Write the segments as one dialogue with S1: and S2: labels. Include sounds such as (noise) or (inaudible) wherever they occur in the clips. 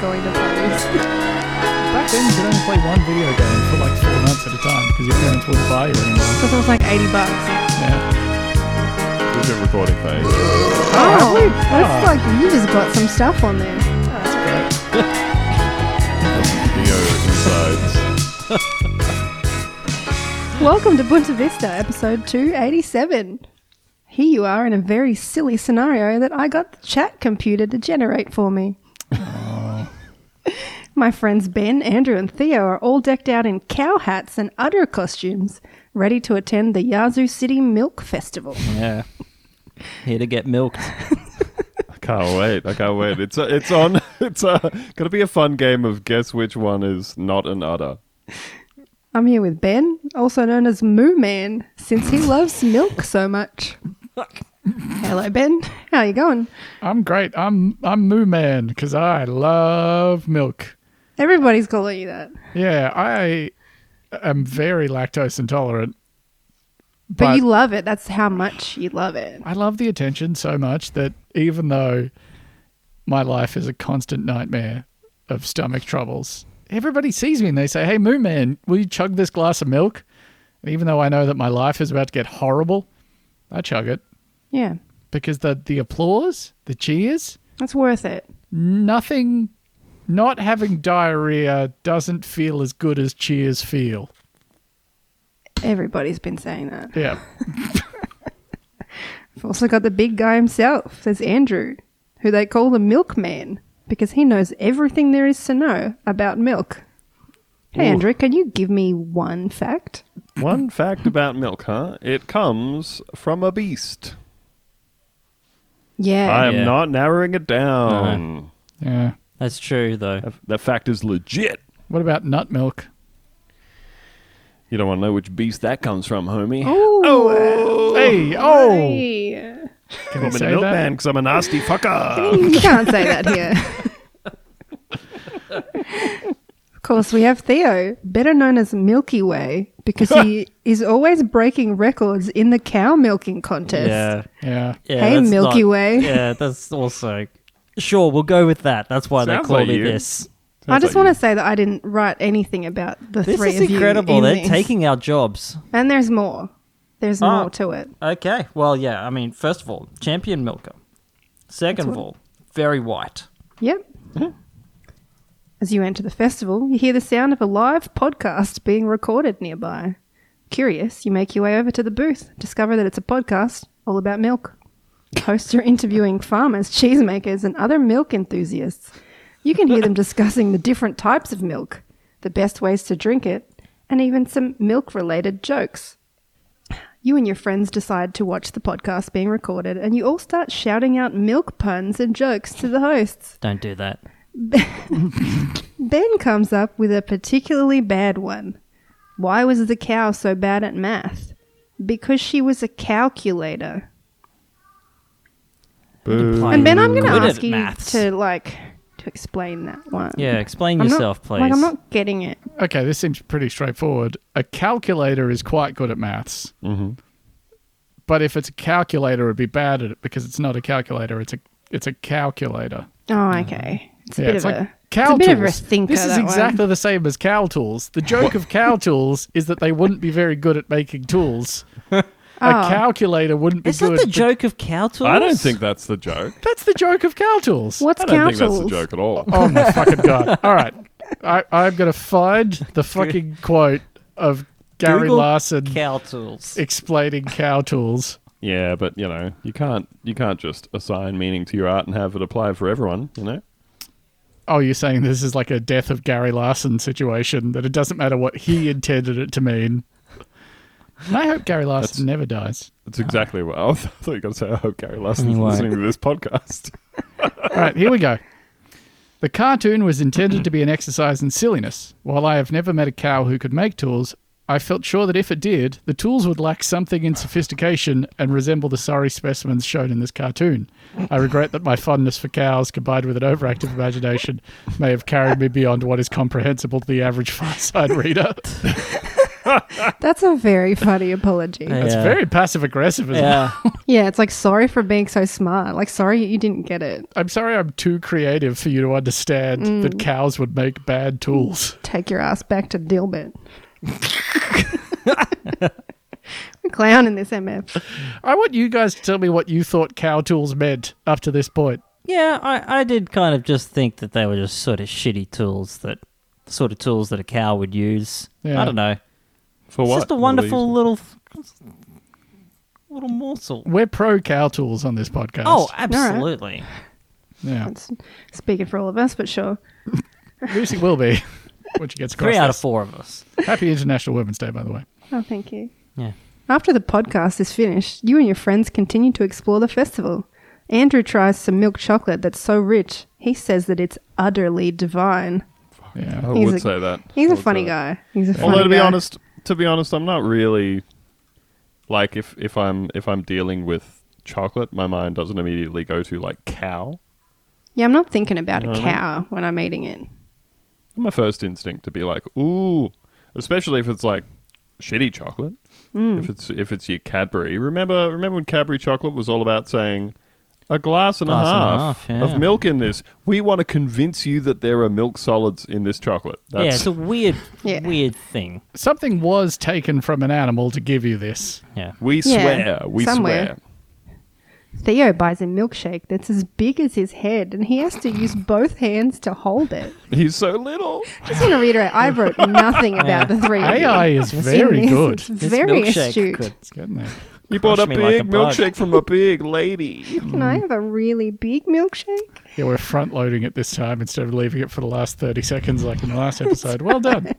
S1: going to parties.
S2: Back then, you could only play one video game for like four months at a time because your parents wouldn't buy you anymore.
S1: Because it was like 80 bucks.
S2: Yeah.
S3: We've been recording phase.
S1: Oh,
S2: really?
S1: that's
S2: Oh.
S1: like, you just got some stuff on there. That's great.
S3: Video insides.
S1: Welcome to Bunta Vista, episode 287. Here you are in a very silly scenario that I got the chat computer to generate for me. My friends Ben, Andrew, and Theo are all decked out in cow hats and udder costumes, ready to attend the Yazoo City Milk Festival.
S4: Yeah. Here to get milked.
S3: I can't wait. I can't wait. It's a, it's on. (laughs) It's a, gonna be a fun game of guess which one is not an udder.
S1: I'm here with Ben, also known as Moo Man, since he loves milk so much. Hello, Ben. How you going?
S2: (laughs) I'm great. I'm I'm Moo Man because I love milk.
S1: Everybody's calling you that.
S2: Yeah, I am very lactose intolerant.
S1: But,
S2: But-
S1: you love it. That's how much you love it.
S2: I love the attention so much that even though my life is a constant nightmare of stomach troubles, everybody sees me and they say, Hey, Moo Man, will you chug this glass of milk? And even though I know that my life is about to get horrible, I chug it
S1: Yeah.
S2: because the, the applause, the cheers,
S1: That's worth it.
S2: nothing, not having diarrhea doesn't feel as good as cheers feel.
S1: Everybody's been saying that.
S2: Yeah.
S1: I've also got the big guy himself. There's Andrew, who they call the milkman because he knows everything there is to know about milk. Hey, Andrew, can you give me one fact?
S3: One fact about milk, huh? It comes from a beast. I
S1: Yeah.
S3: am
S4: Yeah.
S3: not narrowing it down.
S2: Yeah.
S4: That's true, though.
S3: That- That fact is legit.
S2: What about nut milk?
S3: You don't want to know which beast that comes from, homie.
S1: Ooh,
S2: Hey, oh!
S1: hey.
S2: Can I
S3: I'm a
S2: say that?
S3: milkman because I'm a nasty fucker.
S1: You (laughs) can't say that here. of course, we have Theo, better known as Milky Way, because (laughs) he is always breaking records in the cow milking contest.
S4: Yeah.
S2: Yeah.
S4: yeah
S1: Hey,
S4: that's
S1: Milky Way.
S4: (laughs) Yeah, that's also. Sure, we'll go with that. That's why
S3: Sounds
S4: they call
S3: like
S4: me
S3: you.
S4: this.
S1: I
S3: Sounds
S1: just
S3: like
S1: want to say that I didn't write anything about the
S4: This
S1: three
S4: is
S1: of you.
S4: incredible.
S1: in
S4: They're
S1: this.
S4: taking our jobs.
S1: and there's more. There's
S4: Ah.
S1: more to it.
S4: Okay. Well, yeah. I mean, first of all, champion milker. Second of all, very white.
S1: Yep. As you enter the festival, you hear the sound of a live podcast being recorded nearby. Curious, you make your way over to the booth, discover that it's a podcast all about milk. Hosts are interviewing farmers, cheesemakers, and other milk enthusiasts. You can hear them discussing the different types of milk, the best ways to drink it, and even some milk related jokes. You and your friends decide to watch the podcast being recorded, and you all start shouting out milk puns and jokes to the hosts.
S4: Don't do that.
S1: Ben comes up with a particularly bad one. Why was the cow so bad at math? Because she was a calculator.
S4: Implying
S1: And Ben, I'm
S4: you're
S1: going to
S4: good
S1: ask
S4: at
S1: you
S4: maths.
S1: to like to explain that one.
S4: Yeah, explain
S1: I'm not-
S4: yourself, please.
S1: Like I'm not getting it. Oh,
S2: Okay, this seems pretty straightforward. A calculator is quite good at maths. Mm-hmm. But if it's a calculator, it'd be bad at it because it's not a calculator. It's a it's a calculator.
S1: Oh, okay. It's a
S2: Yeah,
S1: bit
S2: it's
S1: of
S2: like
S1: a
S2: cow
S1: it's a bit of
S2: tools.
S1: a thinker.
S2: This is
S1: that one.
S2: exactly the same as cow tools. The joke of cow tools is that they wouldn't be very good at making tools.
S1: Oh.
S2: A calculator wouldn't be
S4: Is
S2: good.
S4: that the
S2: but
S4: joke of cow tools?
S3: I don't think that's the joke.
S2: That's the joke of cow tools.
S1: What's
S3: I don't
S1: cow
S3: think that's the
S1: tools?
S3: joke at all.
S2: Oh my fucking god! All right, I, I'm gonna find the fucking quote of Gary
S4: Google
S2: Larson
S4: (laughs) cow tools.
S2: explaining cow tools.
S3: Yeah, but you know, you can't you can't just assign meaning to your art and have it apply for everyone. You know,
S2: Oh, you're saying this is like a death of Gary Larson situation that it doesn't matter what he intended it to mean. And I hope Gary Larson
S3: That's-
S2: never dies.
S3: that's exactly what I (laughs) was- I thought you were going to say. I hope Gary Larson's
S4: Anyway.
S3: listening to this podcast.
S2: All right, here we go. The cartoon was intended to be an exercise in silliness. While I have never met a cow who could make tools, I felt sure that if it did, the tools would lack something in sophistication and resemble the sorry specimens shown in this cartoon. I regret that my fondness for cows, combined with an overactive (laughs) imagination, may have carried me beyond what is comprehensible to the average fireside reader.
S1: (laughs) That's a very funny apology.
S4: Yeah.
S2: That's very passive aggressive. As well.
S4: (laughs) Yeah.
S1: Yeah, it's like sorry for being so smart. Like sorry you didn't get it.
S2: I'm sorry I'm too creative for you to understand that cows would make bad tools.
S1: Take your ass back to Dilbert. (laughs) We're clowning this MF.
S2: I want you guys to tell me what you thought cow tools meant up to this point.
S4: Yeah, I, I did kind of just think that they were just sort of shitty tools that the sort of tools that a cow would use.
S2: Yeah.
S4: I don't know.
S3: For
S4: It's
S3: what?
S4: just a wonderful little little morsel.
S2: We're pro cow tools on this podcast.
S4: Oh, absolutely.
S2: yeah.
S1: That's speaking for all of us, but sure.
S2: Lucy will be. (laughs) Which gets
S4: Three
S2: across
S4: out of
S2: this.
S4: four of us.
S2: Happy International Women's Day, by the way.
S1: Oh, thank you.
S4: Yeah.
S1: After the podcast is finished, you and your friends continue to explore the festival. Andrew tries some milk chocolate that's so rich, he says that it's utterly divine.
S2: Yeah.
S3: I
S1: He's
S3: would
S1: a-
S3: say that.
S1: He's
S3: I
S1: a
S3: would
S1: funny
S3: say that.
S1: guy. He's a funny
S3: Although to be
S1: guy.
S3: honest, to be honest, I'm not really like if if I'm if I'm dealing with chocolate, my mind doesn't immediately go to like cow.
S1: Yeah, I'm not thinking about a
S3: Mhm.
S1: cow when I'm eating it.
S3: My first instinct to be like, ooh, especially if it's like shitty chocolate.
S4: Hmm.
S3: If it's if it's your Cadbury. Remember remember when Cadbury chocolate was all about saying a glass and,
S4: Glass
S3: a,
S4: and a
S3: half
S4: half, yeah.
S3: of milk in this. We want to convince you that there are milk solids in this chocolate. That's
S4: yeah, it's a weird
S1: Yeah.
S4: weird thing.
S2: Something was taken from an animal to give you this.
S4: Yeah.
S3: we
S1: Yeah,
S3: swear. We
S1: somewhere.
S3: swear.
S1: Theo buys a milkshake that's as big as his head, and he has to use both hands to hold it.
S3: He's so little.
S1: Just want to reiterate, I
S3: (laughs)
S1: wrote nothing about the three. of you.
S2: AI is
S1: It's
S2: very
S1: in
S2: good.
S1: this- It's very
S4: milkshake
S1: astute.
S4: could-
S2: It's getting there.
S4: (laughs)
S3: He bought a
S4: Crush me like
S3: big
S4: a bug.
S3: milkshake from a big lady.
S1: Can I have a really big milkshake?
S2: Yeah, we're front loading it this time instead of leaving it for the last 30 seconds like in the
S4: (laughs)
S2: last episode. Well done.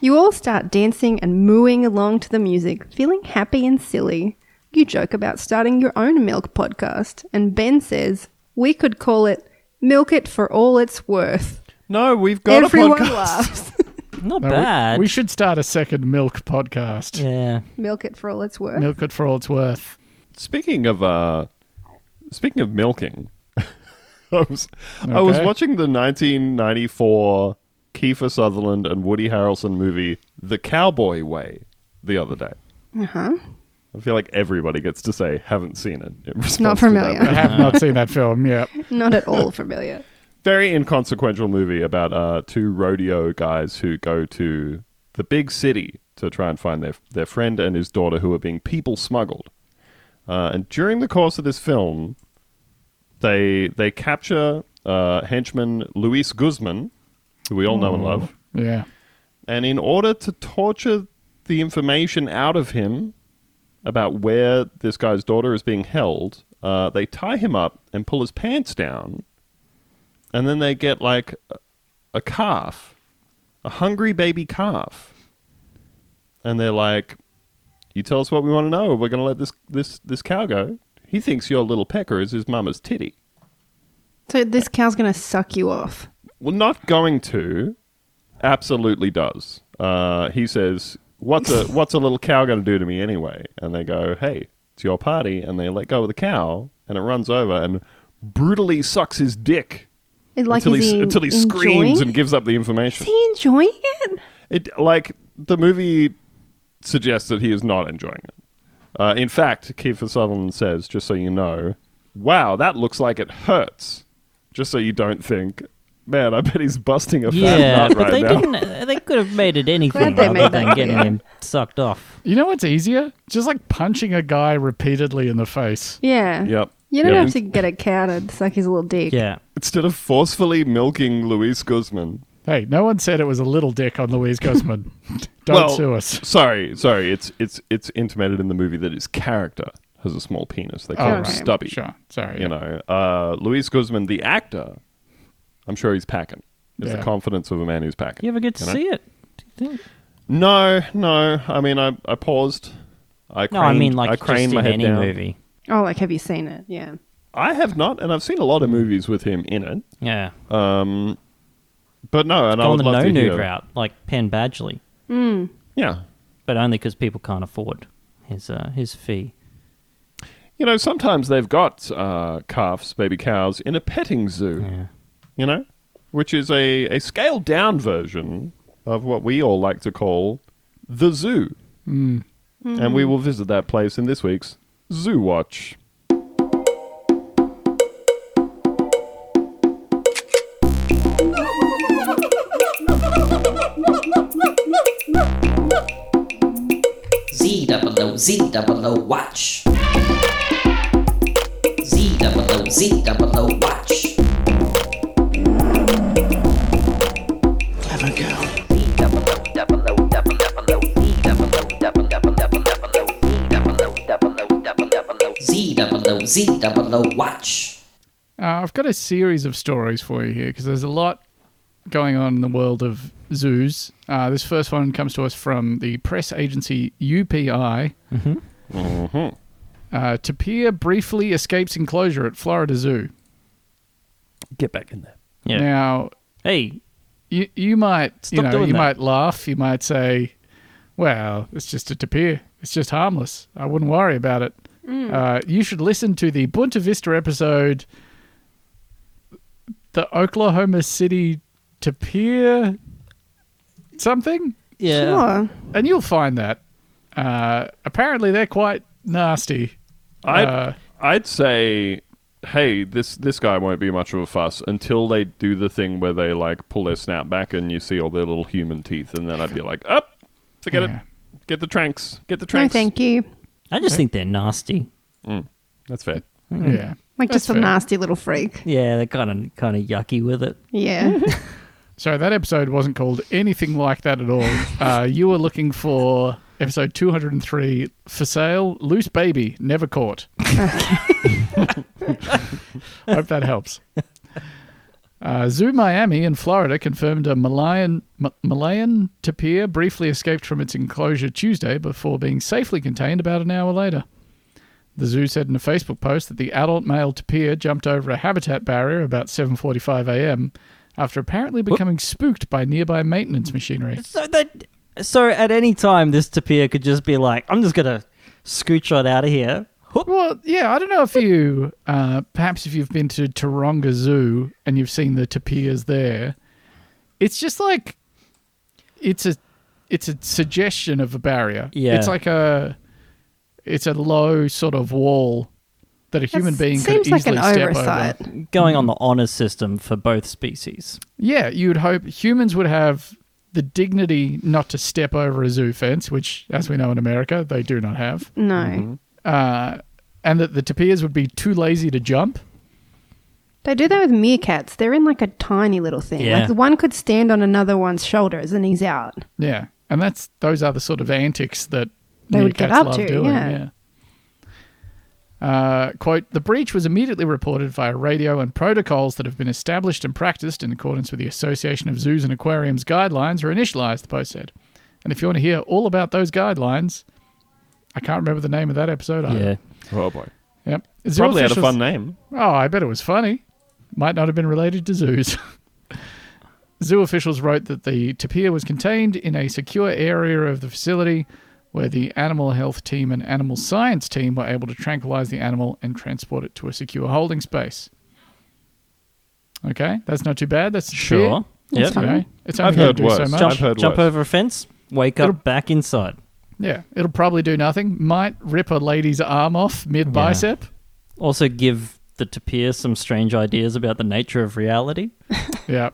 S1: You all start dancing and mooing along to the music, feeling happy and silly. You joke about starting your own milk podcast, and Ben says, We could call it Milk It for All It's Worth.
S3: No, we've got
S1: Everyone
S3: a podcast.
S1: laughs. (laughs)
S4: Not
S2: No, we-
S4: bad.
S2: We, should start a second milk podcast.
S4: yeah.
S1: milk It for All It's Worth.
S2: Milk it for all it's worth.
S3: Speaking of uh, speaking of milking, (laughs) I was I was
S2: Okay.
S3: watching the 1994 Kiefer Sutherland and Woody Harrelson movie The Cowboy Way the other day.
S1: Uh-huh.
S3: I feel like everybody gets to say haven't seen it. in response
S1: Not
S3: to that.
S1: familiar.
S2: I
S4: (laughs)
S2: have not seen that film yet.
S1: Not at all familiar.
S3: Very inconsequential movie about uh, two rodeo guys who go to the big city to try and find their their friend and his daughter who are being people smuggled. Uh, and during the course of this film, they they capture uh, henchman Luis Guzman, who we all know and love,
S2: Yeah.
S3: and in order to torture the information out of him about where this guy's daughter is being held, uh, they tie him up and pull his pants down, and then they get like a- a calf, a hungry baby calf, and they're like, "You tell us what we want to know. We're going to let this this this cow go. He thinks your little pecker is his mama's titty."
S1: So this cow's going to suck you off.
S3: Well, not going to. Absolutely does. Uh, he says, "What's a what's a little cow going to do to me anyway?" And they go, "Hey, it's your party," and they let go of the cow, and it runs over and brutally sucks his dick
S1: It, like,
S3: until
S1: is
S3: he
S1: he
S3: until he
S1: enjoying?
S3: screams and gives up the
S1: Is
S3: information.
S1: he enjoying it?
S3: It like the movie suggests that he is not enjoying it. Uh, in fact, Kiefer Sutherland says, just so you know, wow, that looks like it hurts. Just so you don't think, man, I bet he's busting a fat
S4: Yeah,
S3: nut
S4: but
S3: right
S4: they
S3: now.
S4: didn't. uh, They could have made it anything
S1: Glad they
S4: other
S1: made
S4: than
S1: that,
S4: getting
S1: yeah.
S4: him sucked off.
S2: You know what's easier? Just like punching a guy repeatedly in the face.
S1: Yeah.
S3: Yep.
S1: You don't
S3: Yep.
S1: have to get a cow to suck his little dick.
S4: Yeah,
S3: Instead of forcefully milking Luis Guzman.
S2: Hey, no one said it was a little dick on Louise Guzman.
S3: (laughs)
S2: Don't
S3: Well-
S2: sue us.
S3: Sorry, sorry. It's it's it's intimated in the movie that his character has a small penis. They call
S2: Oh,
S3: him
S2: right.
S3: stubby.
S2: Sure. Sorry.
S3: You know, uh, Luis Guzman, the actor, I'm sure he's packing. It's
S2: Yeah.
S3: the confidence of a man who's packing.
S4: you ever get to
S3: You know?
S4: see it? Do you think?
S3: No, no. I mean, I, I paused. I
S4: No,
S3: craned,
S4: I mean like
S3: I
S4: just
S3: craned
S4: in
S3: my head
S4: any
S3: down.
S4: movie.
S1: Oh, like, have you seen it? Yeah.
S3: I have not, and I've seen a lot of movies with him in it.
S4: Yeah,
S3: Um, but no, and I
S4: on
S3: would
S4: the
S3: love
S4: no
S3: to
S4: nude
S3: hear.
S4: route, like Penn Badgley,
S3: Yeah,
S4: but only because people can't afford his uh, his fee.
S3: you know, sometimes they've got uh, calves, baby cows, in a petting zoo.
S4: Yeah,
S3: You know, which is a a scaled down version of what we all like to call the zoo.
S4: Hmm.
S3: And we will visit that place in this week's Zoo Watch.
S5: Z double O Z double O watch. Z double O Z double O watch. Have a go. Z double O double O double double O Z double O double double double double O Z double O double O double double O Z double O Z double O watch.
S2: Uh, I've got a series of stories for you here because there's a lot going on in the world of zoos. Uh, this first one comes to us from the press agency UPI. Mm-hmm.
S3: Mm-hmm.
S2: Uh, tapir briefly escapes enclosure at Florida Zoo.
S3: Get back in there.
S4: Yeah.
S2: Now,
S4: Hey,
S2: you, you might you
S4: Stop
S2: know
S4: doing
S2: you
S4: that.
S2: might laugh, you might say, "Well, it's just a tapir. It's just harmless. I wouldn't worry about it."
S4: Mm.
S2: Uh, you should listen to the Bunta Vista episode, the Oklahoma City tapir something,
S4: yeah.
S1: Sure.
S2: and you'll find that. Uh, apparently, they're quite nasty.
S3: I'd,
S2: Uh,
S3: I'd say, hey, this this guy won't be much of a fuss until they do the thing where they like pull their snout back and you see all their little human teeth, and then I'd be like, up, forget
S2: Yeah.
S3: it, get the tranks, get the
S1: No,
S3: tranks.
S1: thank you.
S4: I just think they're nasty.
S3: That's fair.
S4: Mm.
S2: Yeah.
S1: Like
S2: That's
S1: just a
S2: fair.
S1: nasty little freak.
S4: Yeah, they're kind of kind of yucky with it.
S1: Yeah.
S2: So that episode wasn't called anything like that at all. Uh, you were looking for episode 203 for sale, loose baby, never caught. (laughs) Hope that helps. Uh, Zoo Miami in Florida confirmed a Malayan M- Malayan tapir briefly escaped from its enclosure Tuesday before being safely contained about an hour later. The zoo said in a Facebook post that the adult male tapir jumped over a habitat barrier about 7:45 a.m. after apparently becoming spooked by nearby maintenance machinery.
S4: So that so at any time this tapir could just be like, I'm just gonna scooch right out of here. Whoop.
S2: Well, yeah, I don't know if you, uh, perhaps if you've been to Taronga Zoo and you've seen the tapirs there, it's just like, it's a, it's a suggestion of a barrier.
S4: Yeah.
S2: it's like a, it's a low sort of wall that a (laughs) human
S1: That's-
S2: being
S1: seems
S2: could
S1: like
S2: easily
S1: an
S2: step
S1: oversight.
S2: over.
S4: Going on the honor system for both species.
S2: Yeah, you would hope humans would have the dignity not to step over a zoo fence, which, as we know in America, they do not have.
S1: No.
S2: Mm-hmm. and that the tapirs would be too lazy to jump.
S1: They do that with meerkats. They're in like a tiny little thing.
S4: Yeah.
S1: Like one could stand on another one's shoulders and he's out.
S2: Yeah, and that's those are the sort of antics that
S1: They would get
S2: meerkats
S1: up
S2: love
S1: to,
S2: doing.
S1: yeah.
S2: yeah. Uh, quote: The breach was immediately reported via radio and protocols that have been established and practiced in accordance with the Association of Zoos and Aquariums guidelines are initialized. The post said, and if you want to hear all about those guidelines, I can't remember the name of that episode. either.
S4: Yeah.
S3: Oh boy,
S2: yep. Zoo
S3: probably had a
S2: officials-
S3: fun name.
S2: Oh, I bet it was funny. Might not have been related to zoos. (laughs) Zoo officials wrote that the tapir was contained in a secure area of the facility where the animal health team and animal science team were able to tranquilize the animal and transport it to a secure holding space. Okay, that's not too bad. That's a tapir.
S4: Sure. Yep.
S2: You know, it's only
S3: I've
S2: gonna
S3: heard
S2: do so
S3: worse.
S2: much.
S4: Jump,
S3: I've heard
S4: jump
S3: worse.
S4: over a fence, wake up back inside.
S2: Yeah, it'll probably do nothing. Might rip a lady's arm off mid bicep.
S4: Also give the tapir some strange ideas about the nature of reality.
S2: Yeah.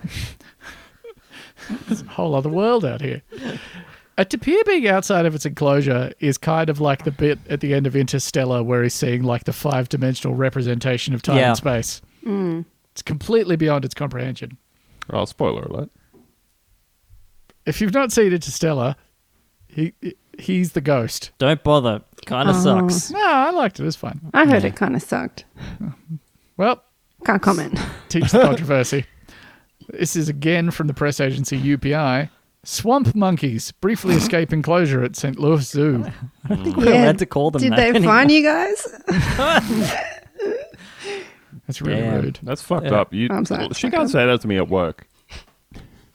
S2: it's a whole other world out here. A tapir being outside of its enclosure is kind of like the bit at the end of Interstellar where he's seeing like the five dimensional representation of time
S4: Yeah.
S2: and space. It's completely beyond its comprehension.
S3: Oh, spoiler alert.
S2: If you've not seen Interstellar, he he's the ghost.
S4: Don't bother. Kinda sucks.
S2: No, I liked it. It's fine.
S1: I heard it kind of sucked.
S2: Well,
S1: Can't
S4: (laughs)
S1: comment.
S2: teach the controversy. this is again from the press agency UPI. Swamp monkeys briefly escape enclosure at St. Louis Zoo.
S4: I think we're
S1: Yeah.
S4: allowed to call them
S1: Did
S4: that.
S1: they
S4: anymore.
S1: find you guys?
S2: That's really
S4: Damn.
S2: rude.
S3: That's fucked
S4: Yeah.
S3: up. You,
S1: I'm sorry, it's
S3: she
S1: fucked
S3: can't
S1: up.
S3: say that to me at work.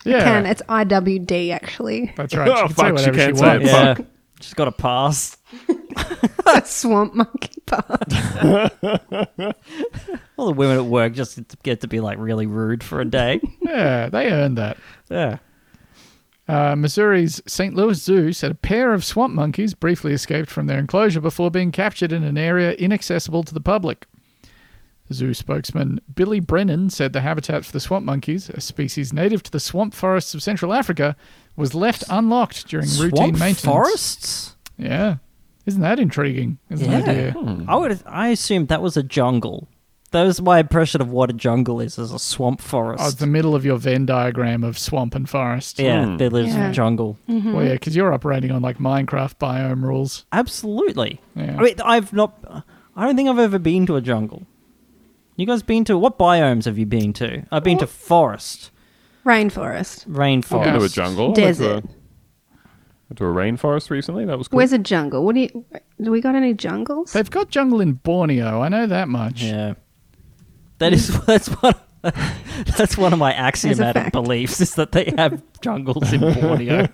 S2: Yeah.
S1: Can it's IWD
S2: (laughs)
S1: actually.
S2: That's right. She
S3: Oh,
S2: can say
S3: fuck, she
S2: whatever she,
S3: can't say
S2: wants.
S3: it.
S4: Yeah. She's got a pass.
S1: It's a swamp monkey park.
S4: All the women at work just get to be like really rude for a day.
S2: Yeah, they earned that.
S4: yeah.
S2: Uh, Missouri's St. Louis Zoo said a pair of swamp monkeys briefly escaped from their enclosure before being captured in an area inaccessible to the public. Zoo spokesman Billy Brennan said the habitat for the swamp monkeys, a species native to the swamp forests of Central Africa, was left unlocked during routine
S4: Swamp
S2: maintenance.
S4: forests?
S2: Yeah. Isn't that intriguing? As an idea?
S3: Hmm.
S4: I would. I assumed that was a jungle. That was my impression of what a jungle is: is a
S2: Oh,
S4: swamp
S2: it's
S4: forest.
S2: the middle of your Venn diagram of swamp and forest.
S4: yeah, there
S3: Hmm.
S4: lives
S1: Yeah.
S4: in jungle.
S2: Well, yeah, because you're operating on like Minecraft biome rules.
S4: Absolutely.
S2: Yeah.
S4: I mean, I've not. I don't think I've ever been to a jungle. You guys been to what biomes have you been to? I've been to forest,
S1: Rainforest.
S3: I've
S4: rainforest.
S3: been to a
S2: Forest.
S3: jungle. I went to a-
S1: Desert.
S3: went to a rainforest recently. That was cool.
S1: Where's a jungle? What do you? Do we got any jungles?
S2: They've got jungle in Borneo. I know that much.
S4: Yeah, that is (laughs) that's one. That's one of my axiomatic
S1: fact.
S4: beliefs is that they have
S3: (laughs)
S4: jungles in Borneo.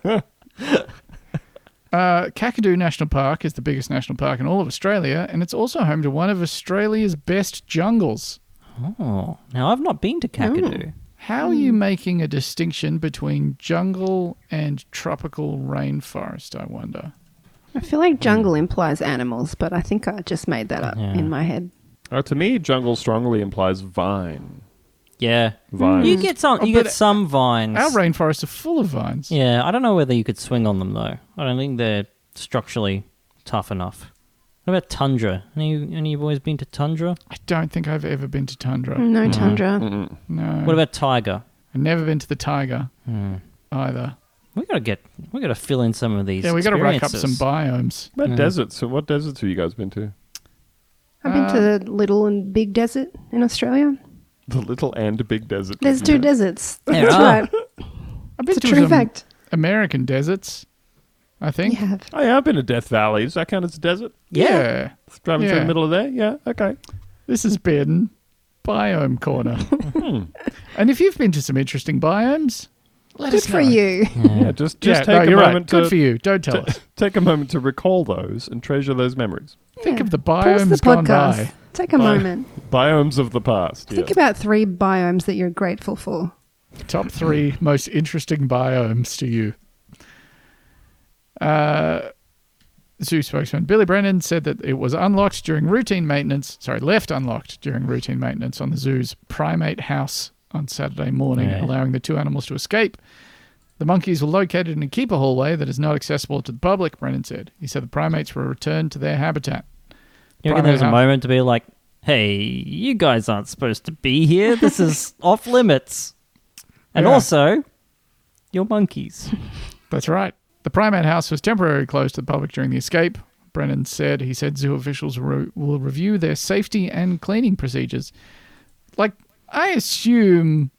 S2: Uh, Kakadu National Park is the biggest national park in all of Australia, and it's also home to one of Australia's best jungles.
S4: oh, now I've not been to Kakadu.
S2: How are you making a distinction between jungle and tropical rainforest? I wonder.
S1: I feel like jungle
S2: Mm.
S1: implies animals, but I think I just made that up
S4: Yeah.
S1: in my head.
S3: Uh, to me, jungle strongly implies vine.
S4: Yeah,
S3: Vines.
S4: you get some.
S2: Oh,
S4: You
S2: but
S4: get some vines.
S2: Our rainforests are full of vines.
S4: Yeah, I don't know whether you could swing on them though. I don't think they're structurally tough enough. What about tundra? Any any of you boys been to tundra?
S2: I don't think I've ever been to tundra.
S1: No tundra.
S2: No.
S4: What about tiger?
S2: I've never been to the tiger either.
S4: We gotta get we gotta fill in some of these.
S2: Yeah, we got to rack up some biomes.
S4: experiences.
S3: What
S4: Yeah.
S3: about deserts? So what deserts have you guys been to?
S1: I've been to the little and big desert in Australia.
S3: The little and big desert.
S1: There's two
S2: (laughs)
S1: deserts.
S4: There
S1: That's
S4: are.
S1: right.
S2: I've been
S1: It's a
S2: to
S1: true
S2: some
S1: fact.
S2: American deserts, I
S1: You
S2: think.
S1: have.
S3: Oh, yeah, I've been to Death Valley. Does that count as a desert?
S4: Yeah.
S3: Driving through
S2: Yeah.
S3: the middle of there? Yeah, okay.
S2: This has been Biome
S3: (laughs)
S2: Corner.
S3: Hmm.
S2: and if you've been to some interesting biomes, let
S1: Good
S2: us
S1: for
S2: know.
S1: you.
S3: Yeah, just,
S2: Yeah,
S3: just
S2: no,
S3: take a
S2: you're right.
S3: moment
S2: Good
S3: to
S2: for you. Don't tell us.
S3: take a moment to recall those and treasure those memories.
S2: Think
S1: Yeah.
S2: of the
S1: Pause the
S2: biomes gone
S1: podcast.
S2: by.
S1: Take a
S3: Bye.
S1: moment.
S3: Biomes of the past.
S1: Think
S3: yeah.
S1: about three biomes that you're grateful for.
S2: Top three most interesting biomes to you. Uh, zoo spokesman Billy Brennan said that it was unlocked during routine maintenance. Sorry, left unlocked during routine maintenance on the zoo's primate house on Saturday morning,
S4: Right.
S2: allowing the two animals to escape. The monkeys were located in a keeper hallway that is not accessible to the public, Brennan said. He said the primates were returned to their habitat.
S4: You reckon there was a
S2: Primate-
S4: moment to be like, "Hey, you guys aren't supposed to
S2: (laughs)
S4: be here. This is off limits," and
S2: Yeah.
S4: also, you're monkeys.
S2: That's right. The primate house was temporarily closed to the public during the escape. Brennan said he said zoo officials re- will review their safety and cleaning procedures. Like, I assume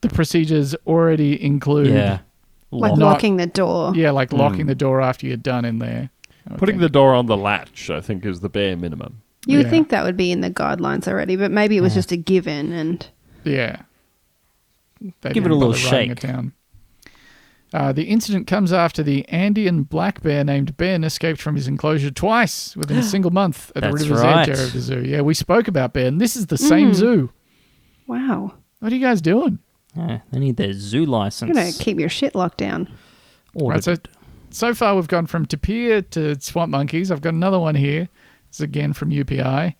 S2: the procedures already include
S4: yeah.
S1: Like
S4: Lock.
S1: locking the door.
S2: yeah, like locking the door after you're done in there. I would
S3: Putting the
S2: think.
S3: door on the latch, I think, is the bare minimum.
S1: You would
S2: Yeah.
S1: think that would be in the guidelines already, but maybe it was just a given and
S2: yeah, They
S4: Give it
S2: didn't
S4: a little
S2: bother writing it
S4: shake.
S2: down. Uh, the incident comes after the Andean black bear named Ben escaped from his enclosure twice within
S4: (gasps)
S2: a single month at the
S4: That's
S2: river's
S4: right. Mm.
S2: edge area of the zoo. Yeah, we spoke about Ben. This is the same zoo.
S1: wow.
S2: What are you guys doing?
S4: Yeah, they need their zoo
S1: You're gonna
S4: license.
S1: keep your shit locked down.
S4: Or
S2: Right,
S4: to-
S2: so, so far we've gone from tapir to swamp monkeys. I've got another one here. It's again from UPI.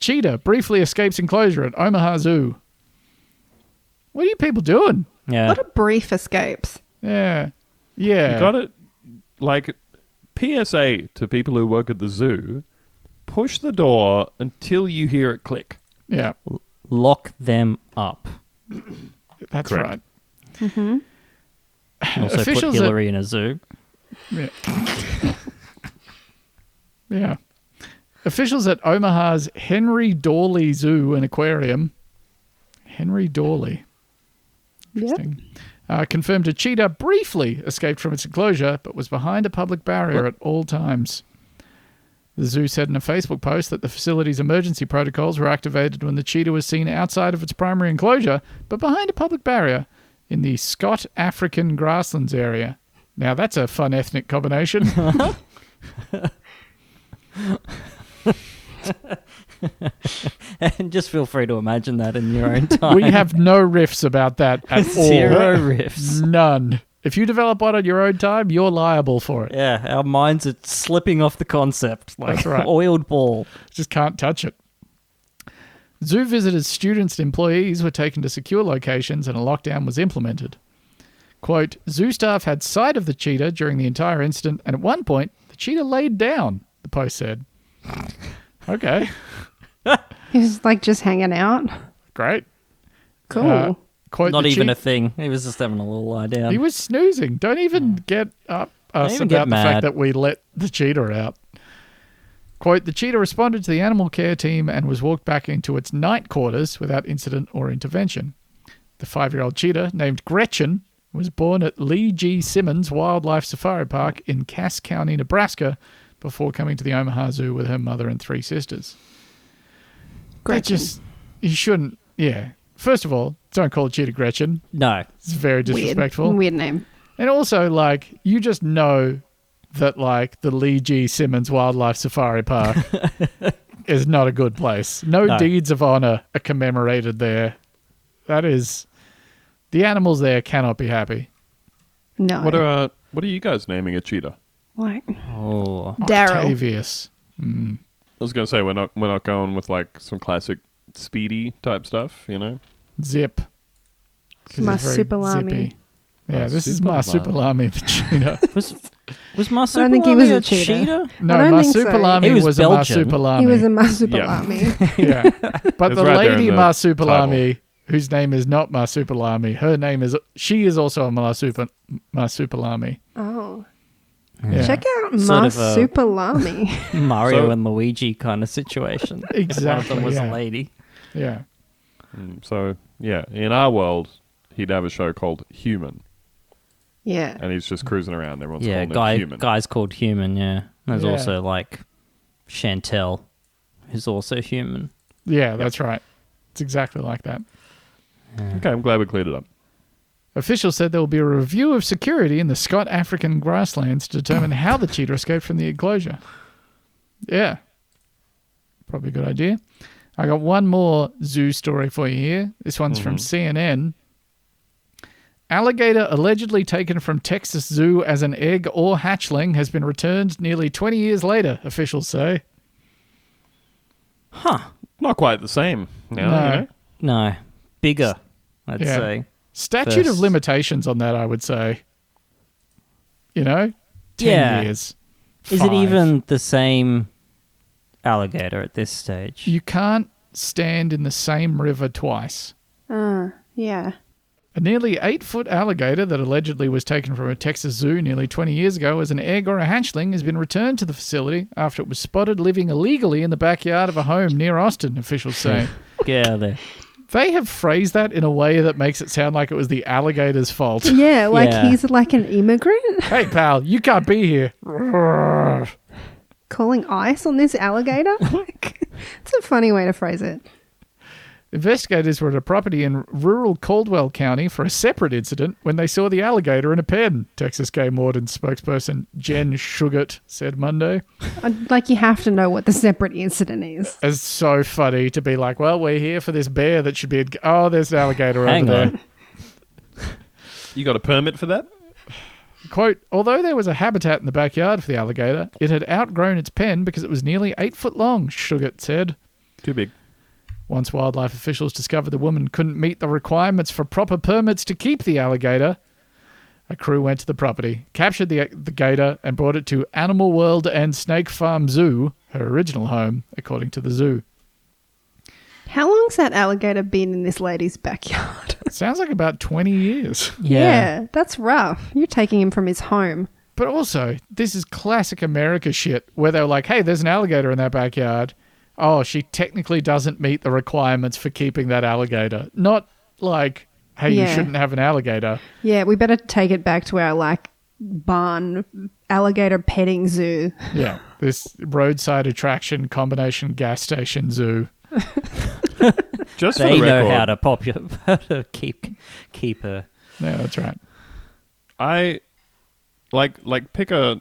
S2: Cheetah briefly escapes enclosure at Omaha Zoo. What are you people doing?
S4: yeah.
S1: What a brief escapes.
S2: Yeah. Yeah.
S3: You got it. Like PSA to people who work at the zoo: push the door until you hear it click.
S2: Yeah.
S4: lock them up.
S2: That's
S3: Correct.
S2: right.
S4: And also
S2: Officials
S4: put
S2: at-
S4: Hillary in a zoo. (laughs)
S2: Yeah. (laughs) yeah. Officials at Omaha's Henry Dawley Zoo and Aquarium. Henry Dawley.
S1: Yep.
S2: Interesting. Uh, confirmed a cheetah briefly escaped from its enclosure, but was behind a public barrier at all times. The zoo said in a Facebook post that the facility's emergency protocols were activated when the cheetah was seen outside of its primary enclosure, but behind a public barrier in the Scott African grasslands area. Now that's a fun ethnic combination.
S4: and just feel free to
S2: (laughs)
S4: imagine that in your own time.
S2: we have no riffs about that at all.
S4: zero riffs.
S2: None. If you develop one on your own time, you're liable for it.
S4: Yeah, our minds are slipping off the concept like
S2: That's right.
S4: (laughs) oiled ball.
S2: Just can't touch it. Zoo visitors, students, and employees were taken to secure locations and a lockdown was implemented. Quote Zoo staff had sight of the cheetah during the entire incident, and at one point, the cheetah laid down, the Post said. (laughs) Okay,
S1: He's like just hanging out.
S2: great.
S1: Cool.
S2: Uh, quote,
S4: Not
S2: the
S4: even
S2: cheetah-
S4: a thing. He was just having a little lie down.
S2: He was snoozing. Don't even get up us
S4: Um, Oh. even get
S2: about the fact
S4: mad.
S2: that we let the cheetah out. Quote The cheetah responded to the animal care team and was walked back into its night quarters without incident or intervention. The five year old cheetah, named Gretchen, was born at Lee G. Simmons Wildlife Safari Park in Cass County, Nebraska, before coming to the Omaha Zoo with her mother and three sisters. That
S1: Gretchen.
S2: just, you shouldn't, yeah. First of all, don't call a cheetah Gretchen.
S4: no.
S2: It's very disrespectful.
S1: Weird, weird name.
S2: And also, like, you just know that, like, the Lee G. Simmons Wildlife Safari
S4: (laughs)
S2: Park is not a good place. No,
S4: No.
S2: deeds of honor are commemorated there. That is. The animals there cannot be happy.
S1: No.
S3: What are uh, what are you guys naming a cheetah?
S1: like
S4: Oh.
S1: Daryl?
S2: Octavius.
S3: I was gonna say we're not we're not going with like some classic speedy type stuff, you know.
S2: Zip. 'Cause it's very
S1: Marsupilami.
S2: zippy. Yeah, this is (laughs)
S3: Marsupilami.
S2: Marsupilami the cheetah.
S4: Was was Marsupial
S1: don't think he was a
S4: a
S1: cheetah.
S4: cheetah?
S2: (laughs) No,
S1: don't think so.
S2: Marsupilami
S4: He was
S2: a
S4: Belgian.
S2: Marsupilami.
S1: He was a
S2: (laughs)
S1: Masupalami.
S2: Yeah. But
S3: It's
S2: the
S3: right there in
S2: lady
S3: the
S2: Marsupilami, whose name is not Marsupilami, her name is she is also a Marsup- Marsupilami.
S1: oh.
S2: Yeah.
S1: Check out
S4: Sort of a-
S1: Masupalami.
S4: Mario
S3: So-
S4: and Luigi kind of situation. If One
S2: (laughs)
S4: of
S2: Exactly,
S4: them was
S2: yeah.
S4: a lady.
S2: Yeah.
S3: So yeah, in our world, he'd have a show called Human,
S1: (laughs) yeah.
S4: Uh,
S3: and he's just cruising around. Everyone's
S4: yeah,
S3: calling
S4: guy
S3: him Human.
S4: guys called human. Yeah, there's
S2: Yeah.
S4: also like Chantel, who's also human.
S2: Yeah, that's right. It's exactly like that.
S3: Okay, I'm glad we cleared it up.
S2: Officials said there will be a review of security in the Scott African grasslands to determine how the cheetah escaped from the enclosure. Yeah. Probably a good idea. I got one more zoo story for you here. This one's from CNN. Alligator allegedly taken from Texas Zoo as an egg or hatchling has been returned nearly 20 years later, officials say.
S3: Not quite the same. Now,
S2: No.
S3: you know?
S4: No, bigger. I'd
S2: Yeah.
S4: say.
S2: Statute of
S4: First.
S2: limitations on that, I would say. You know? 10
S4: Yeah.
S2: years.
S4: Is
S2: Five.
S4: it even the same alligator at this stage? (laughs)
S2: You can't stand in the same river twice.
S1: Uh, yeah.
S2: A nearly eight foot alligator that allegedly was taken from a Texas zoo nearly 20 years ago as an egg or a hatchling has been returned to the facility after it was spotted living illegally in the backyard of a home near Austin, officials say.
S4: Get out of there.
S2: they have phrased that in a way that makes it sound like it was the alligator's fault.
S1: Yeah, like
S4: Yeah.
S1: he's like an immigrant (laughs)
S2: hey, pal, you can't be here.
S1: calling ice on this alligator. (laughs) like, it's a funny way to phrase it.
S2: Investigators were at a property in rural Caldwell County for a separate incident when they saw the alligator in a pen, Texas Game Warden spokesperson Jen Sugart said Monday.
S1: Uh, Like you have to know what the separate incident is.
S2: It's so funny to be like, well, we're here for this bear that should be. In- oh, there's an alligator over
S4: Hang
S2: there.
S4: on.
S3: you got a permit for that?
S2: Quote, although there was a habitat in the backyard for the alligator, it had outgrown its pen because it was nearly eight foot long, Sugart said.
S3: Too big.
S2: Once wildlife officials discovered the woman couldn't meet the requirements for proper permits to keep the alligator, a crew went to the property, captured the, the gator, and brought it to Animal World and Snake Farm Zoo, her original home, according to the zoo.
S1: How long's that alligator been in this lady's backyard? (laughs)
S2: Sounds like about 20 years.
S4: Yeah.
S1: that's rough. You're taking him from his home.
S2: But also, this is classic America shit where they're like, hey, there's an alligator in that backyard. Oh, she technically doesn't meet the requirements for keeping that alligator. Not like, hey, you
S1: Yeah.
S2: shouldn't have an alligator.
S1: Yeah, we better take it back to our like barn alligator petting zoo.
S2: Yeah, this roadside attraction combination gas station zoo.
S3: Just for
S4: They
S3: the record,
S4: know how to popu- (laughs) how to keep keep her.
S2: Yeah, that's right.
S3: I like like pick a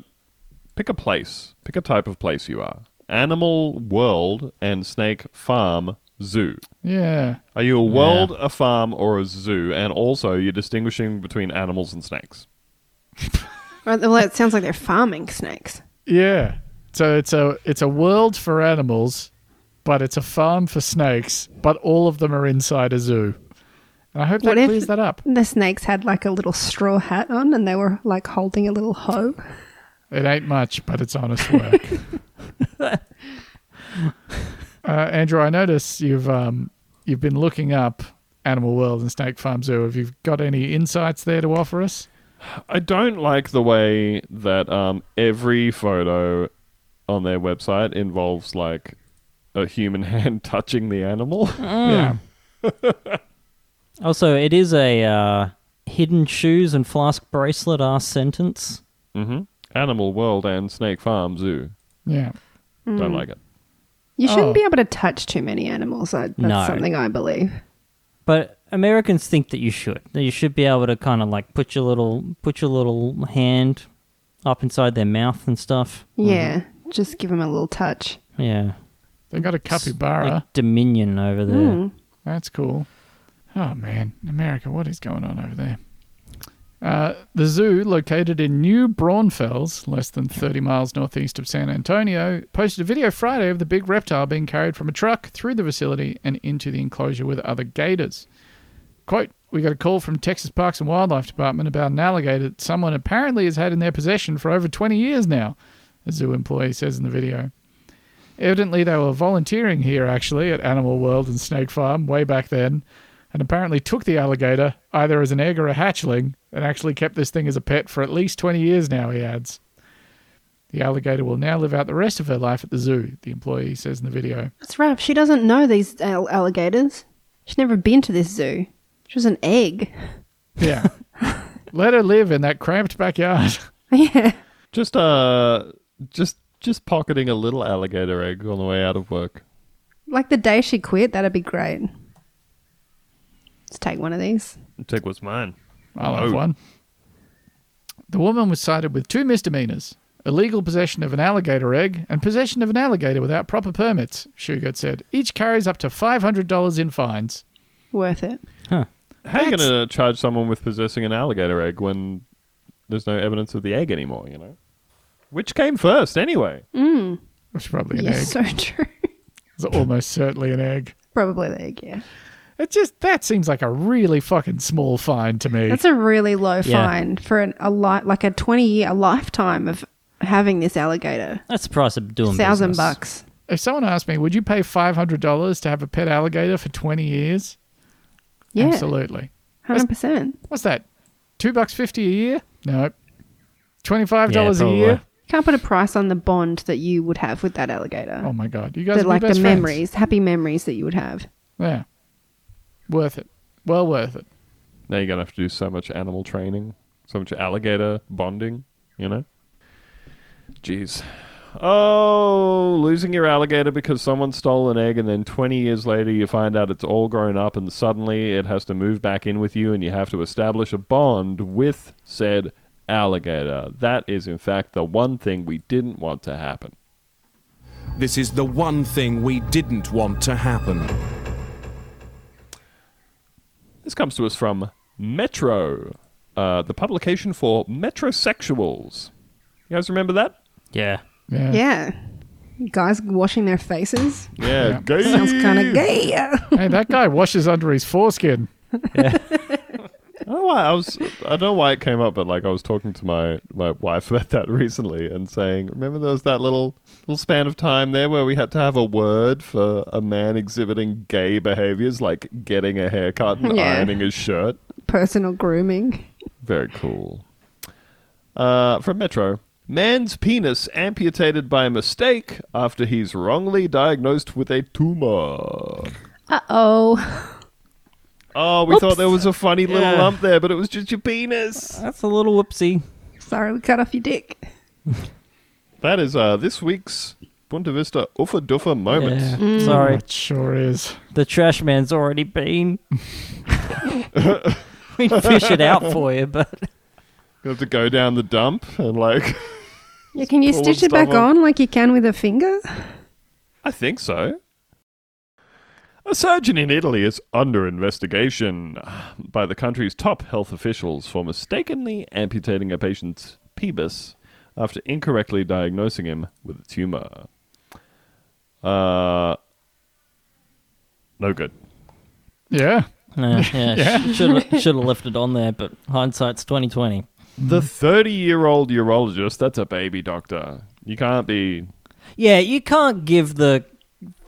S3: pick a place, pick a type of place you are. Animal World and Snake Farm Zoo.
S2: Yeah,
S3: Are you a world, a farm, or a zoo? And also, you're distinguishing between animals and snakes.
S1: Right, Well, it sounds like they're farming snakes.
S2: Yeah. So it's a it's a world for animals, but it's a farm for snakes, but all of them are inside a zoo. And I hope that
S1: What if-
S2: clears that up.
S1: The snakes had like a little straw hat on and they were like holding a little hoe.
S2: It ain't much, but it's honest
S1: (laughs)
S2: work. uh, Andrew, I notice you've um, you've been looking up Animal World and Snake Farm Zoo. Have you got any insights there to offer us?
S3: I don't like the way that um, every photo on their website involves like a human (laughs) hand touching the animal.
S1: Mm.
S2: Yeah.
S4: Also, it is a uh, hidden shoes and flask bracelet ass sentence.
S3: hmm Animal World and Snake Farm Zoo.
S2: Yeah.
S3: Don't like it.
S1: You shouldn't
S2: Oh.
S1: be able to touch too many animals. I, that's
S4: No.
S1: something I believe.
S4: But Americans think that you should. That you should be able to kind of like put your little put your little hand up inside their mouth and stuff.
S1: Yeah, just give them a little touch.
S4: Yeah.
S2: They got a capybara.
S4: Like dominion over there.
S2: That's cool. Oh man, America, what is going on over there? Uh, the zoo, located in New Braunfels, less than 30 miles northeast of San Antonio, posted a video Friday of the big reptile being carried from a truck through the facility and into the enclosure with other gators. Quote, we got a call from Texas Parks and Wildlife Department about an alligator that someone apparently has had in their possession for over 20 years now, a zoo employee says in the video. Evidently, they were volunteering here, actually, at Animal World and Snake Farm way back then, and apparently took the alligator either as an egg or a hatchling, and actually kept this thing as a pet for at least 20 years now, he adds. The alligator will now live out the rest of her life at the zoo, the employee says in the video.
S1: That's rough. She doesn't know these al- alligators. She's never been to this zoo. She was an egg.
S2: Yeah. Let her live in that cramped backyard.
S1: (laughs)
S2: (laughs)
S1: yeah.
S3: Just uh, just just pocketing a little alligator egg on the way out of work.
S1: Like the day she quit, that'd be great. Let's take one of these.
S3: Take what's mine.
S2: I'll have
S3: Oh.
S2: one. The woman was cited with two misdemeanors illegal possession of an alligator egg and possession of an alligator without proper permits, Shugert said. Each carries up to $500 in fines.
S1: Worth it.
S3: How are you
S2: That's-
S3: going to charge someone with possessing an alligator egg when there's no evidence of the egg anymore? You know, which came first anyway?
S2: Which is probably an
S1: Yes,
S2: egg.
S1: so true. (laughs)
S2: It's almost certainly an egg.
S1: Probably the egg, yeah.
S2: It just, that seems like a really fucking small fine to me.
S1: That's a really low
S4: Yeah.
S1: fine for an, a li- like a 20 year, a lifetime of having this alligator.
S4: That's the price of doing
S1: Thousand
S4: business.
S1: bucks.
S2: if someone asked me, would you pay $500 to have a pet alligator for 20 years?
S1: Yeah.
S2: Absolutely.
S1: 100%.
S2: What's that? Two bucks fifty a year? No. Twenty-five
S4: Yeah,
S2: dollars a
S4: probably.
S2: year?
S1: Can't put a price on the bond that you would have with that alligator.
S2: Oh my god! You guys
S1: the,
S2: are my
S1: like the
S2: best friends.
S1: memories, happy memories that you would have.
S2: Yeah. Worth it. Well worth it.
S3: Now you're going to have to do so much animal training, so much alligator bonding, you know? Jeez. Oh, losing your alligator because someone stole an egg, and then 20 years later you find out it's all grown up, and suddenly it has to move back in with you, and you have to establish a bond with said alligator. That is, in fact, the one thing we didn't want to happen.
S6: This is the one thing we didn't want to happen.
S3: This comes to us from Metro, uh, the publication for metrosexuals. You guys remember that?
S4: Yeah.
S2: Yeah.
S1: Yeah. Guys washing their faces.
S3: Yeah,
S2: Yeah.
S3: gay.
S1: Sounds kind
S2: (laughs)
S1: of gay.
S2: Hey, that guy washes under his foreskin.
S3: I don't know why I was. I don't know why it came up, but like I was talking to my my wife (laughs) about that recently and saying, remember there was that little little span of time there where we had to have a word for a man exhibiting gay behaviors, like getting a haircut and
S1: Yeah.
S3: ironing his shirt.
S1: Personal grooming.
S3: Very cool. Uh, from Metro. Man's penis amputated by mistake after he's wrongly diagnosed with a tumor.
S1: Uh oh.
S3: Oh, we thought there was a funny little
S4: Yeah.
S3: lump there, but it was just your penis.
S4: That's a little whoopsie.
S1: Sorry, we cut off your dick.
S3: That is uh, this week's Bunta Vista Uffa Duffa moment.
S4: Yeah.
S1: Mm.
S4: Sorry.
S2: It sure is.
S4: The trash man's already been. (laughs) We'd fish it out for you, but
S3: (laughs) You have to go down the dump and like. (laughs)
S1: Yeah, can you
S3: pull
S1: stitch
S3: one
S1: it back
S3: stumble.
S2: Oh.
S1: on like you can with a finger?
S3: I think so. A surgeon in Italy is under investigation by the country's top health officials for mistakenly amputating a patient's pubis after incorrectly diagnosing him with a tumor. Uh, no good.
S2: Yeah.
S4: No, (laughs) yeah, should should have left it on there, but hindsight's twenty twenty.
S3: The 30 year old urologist, that's a baby doctor. You can't be.
S4: Yeah, you can't give the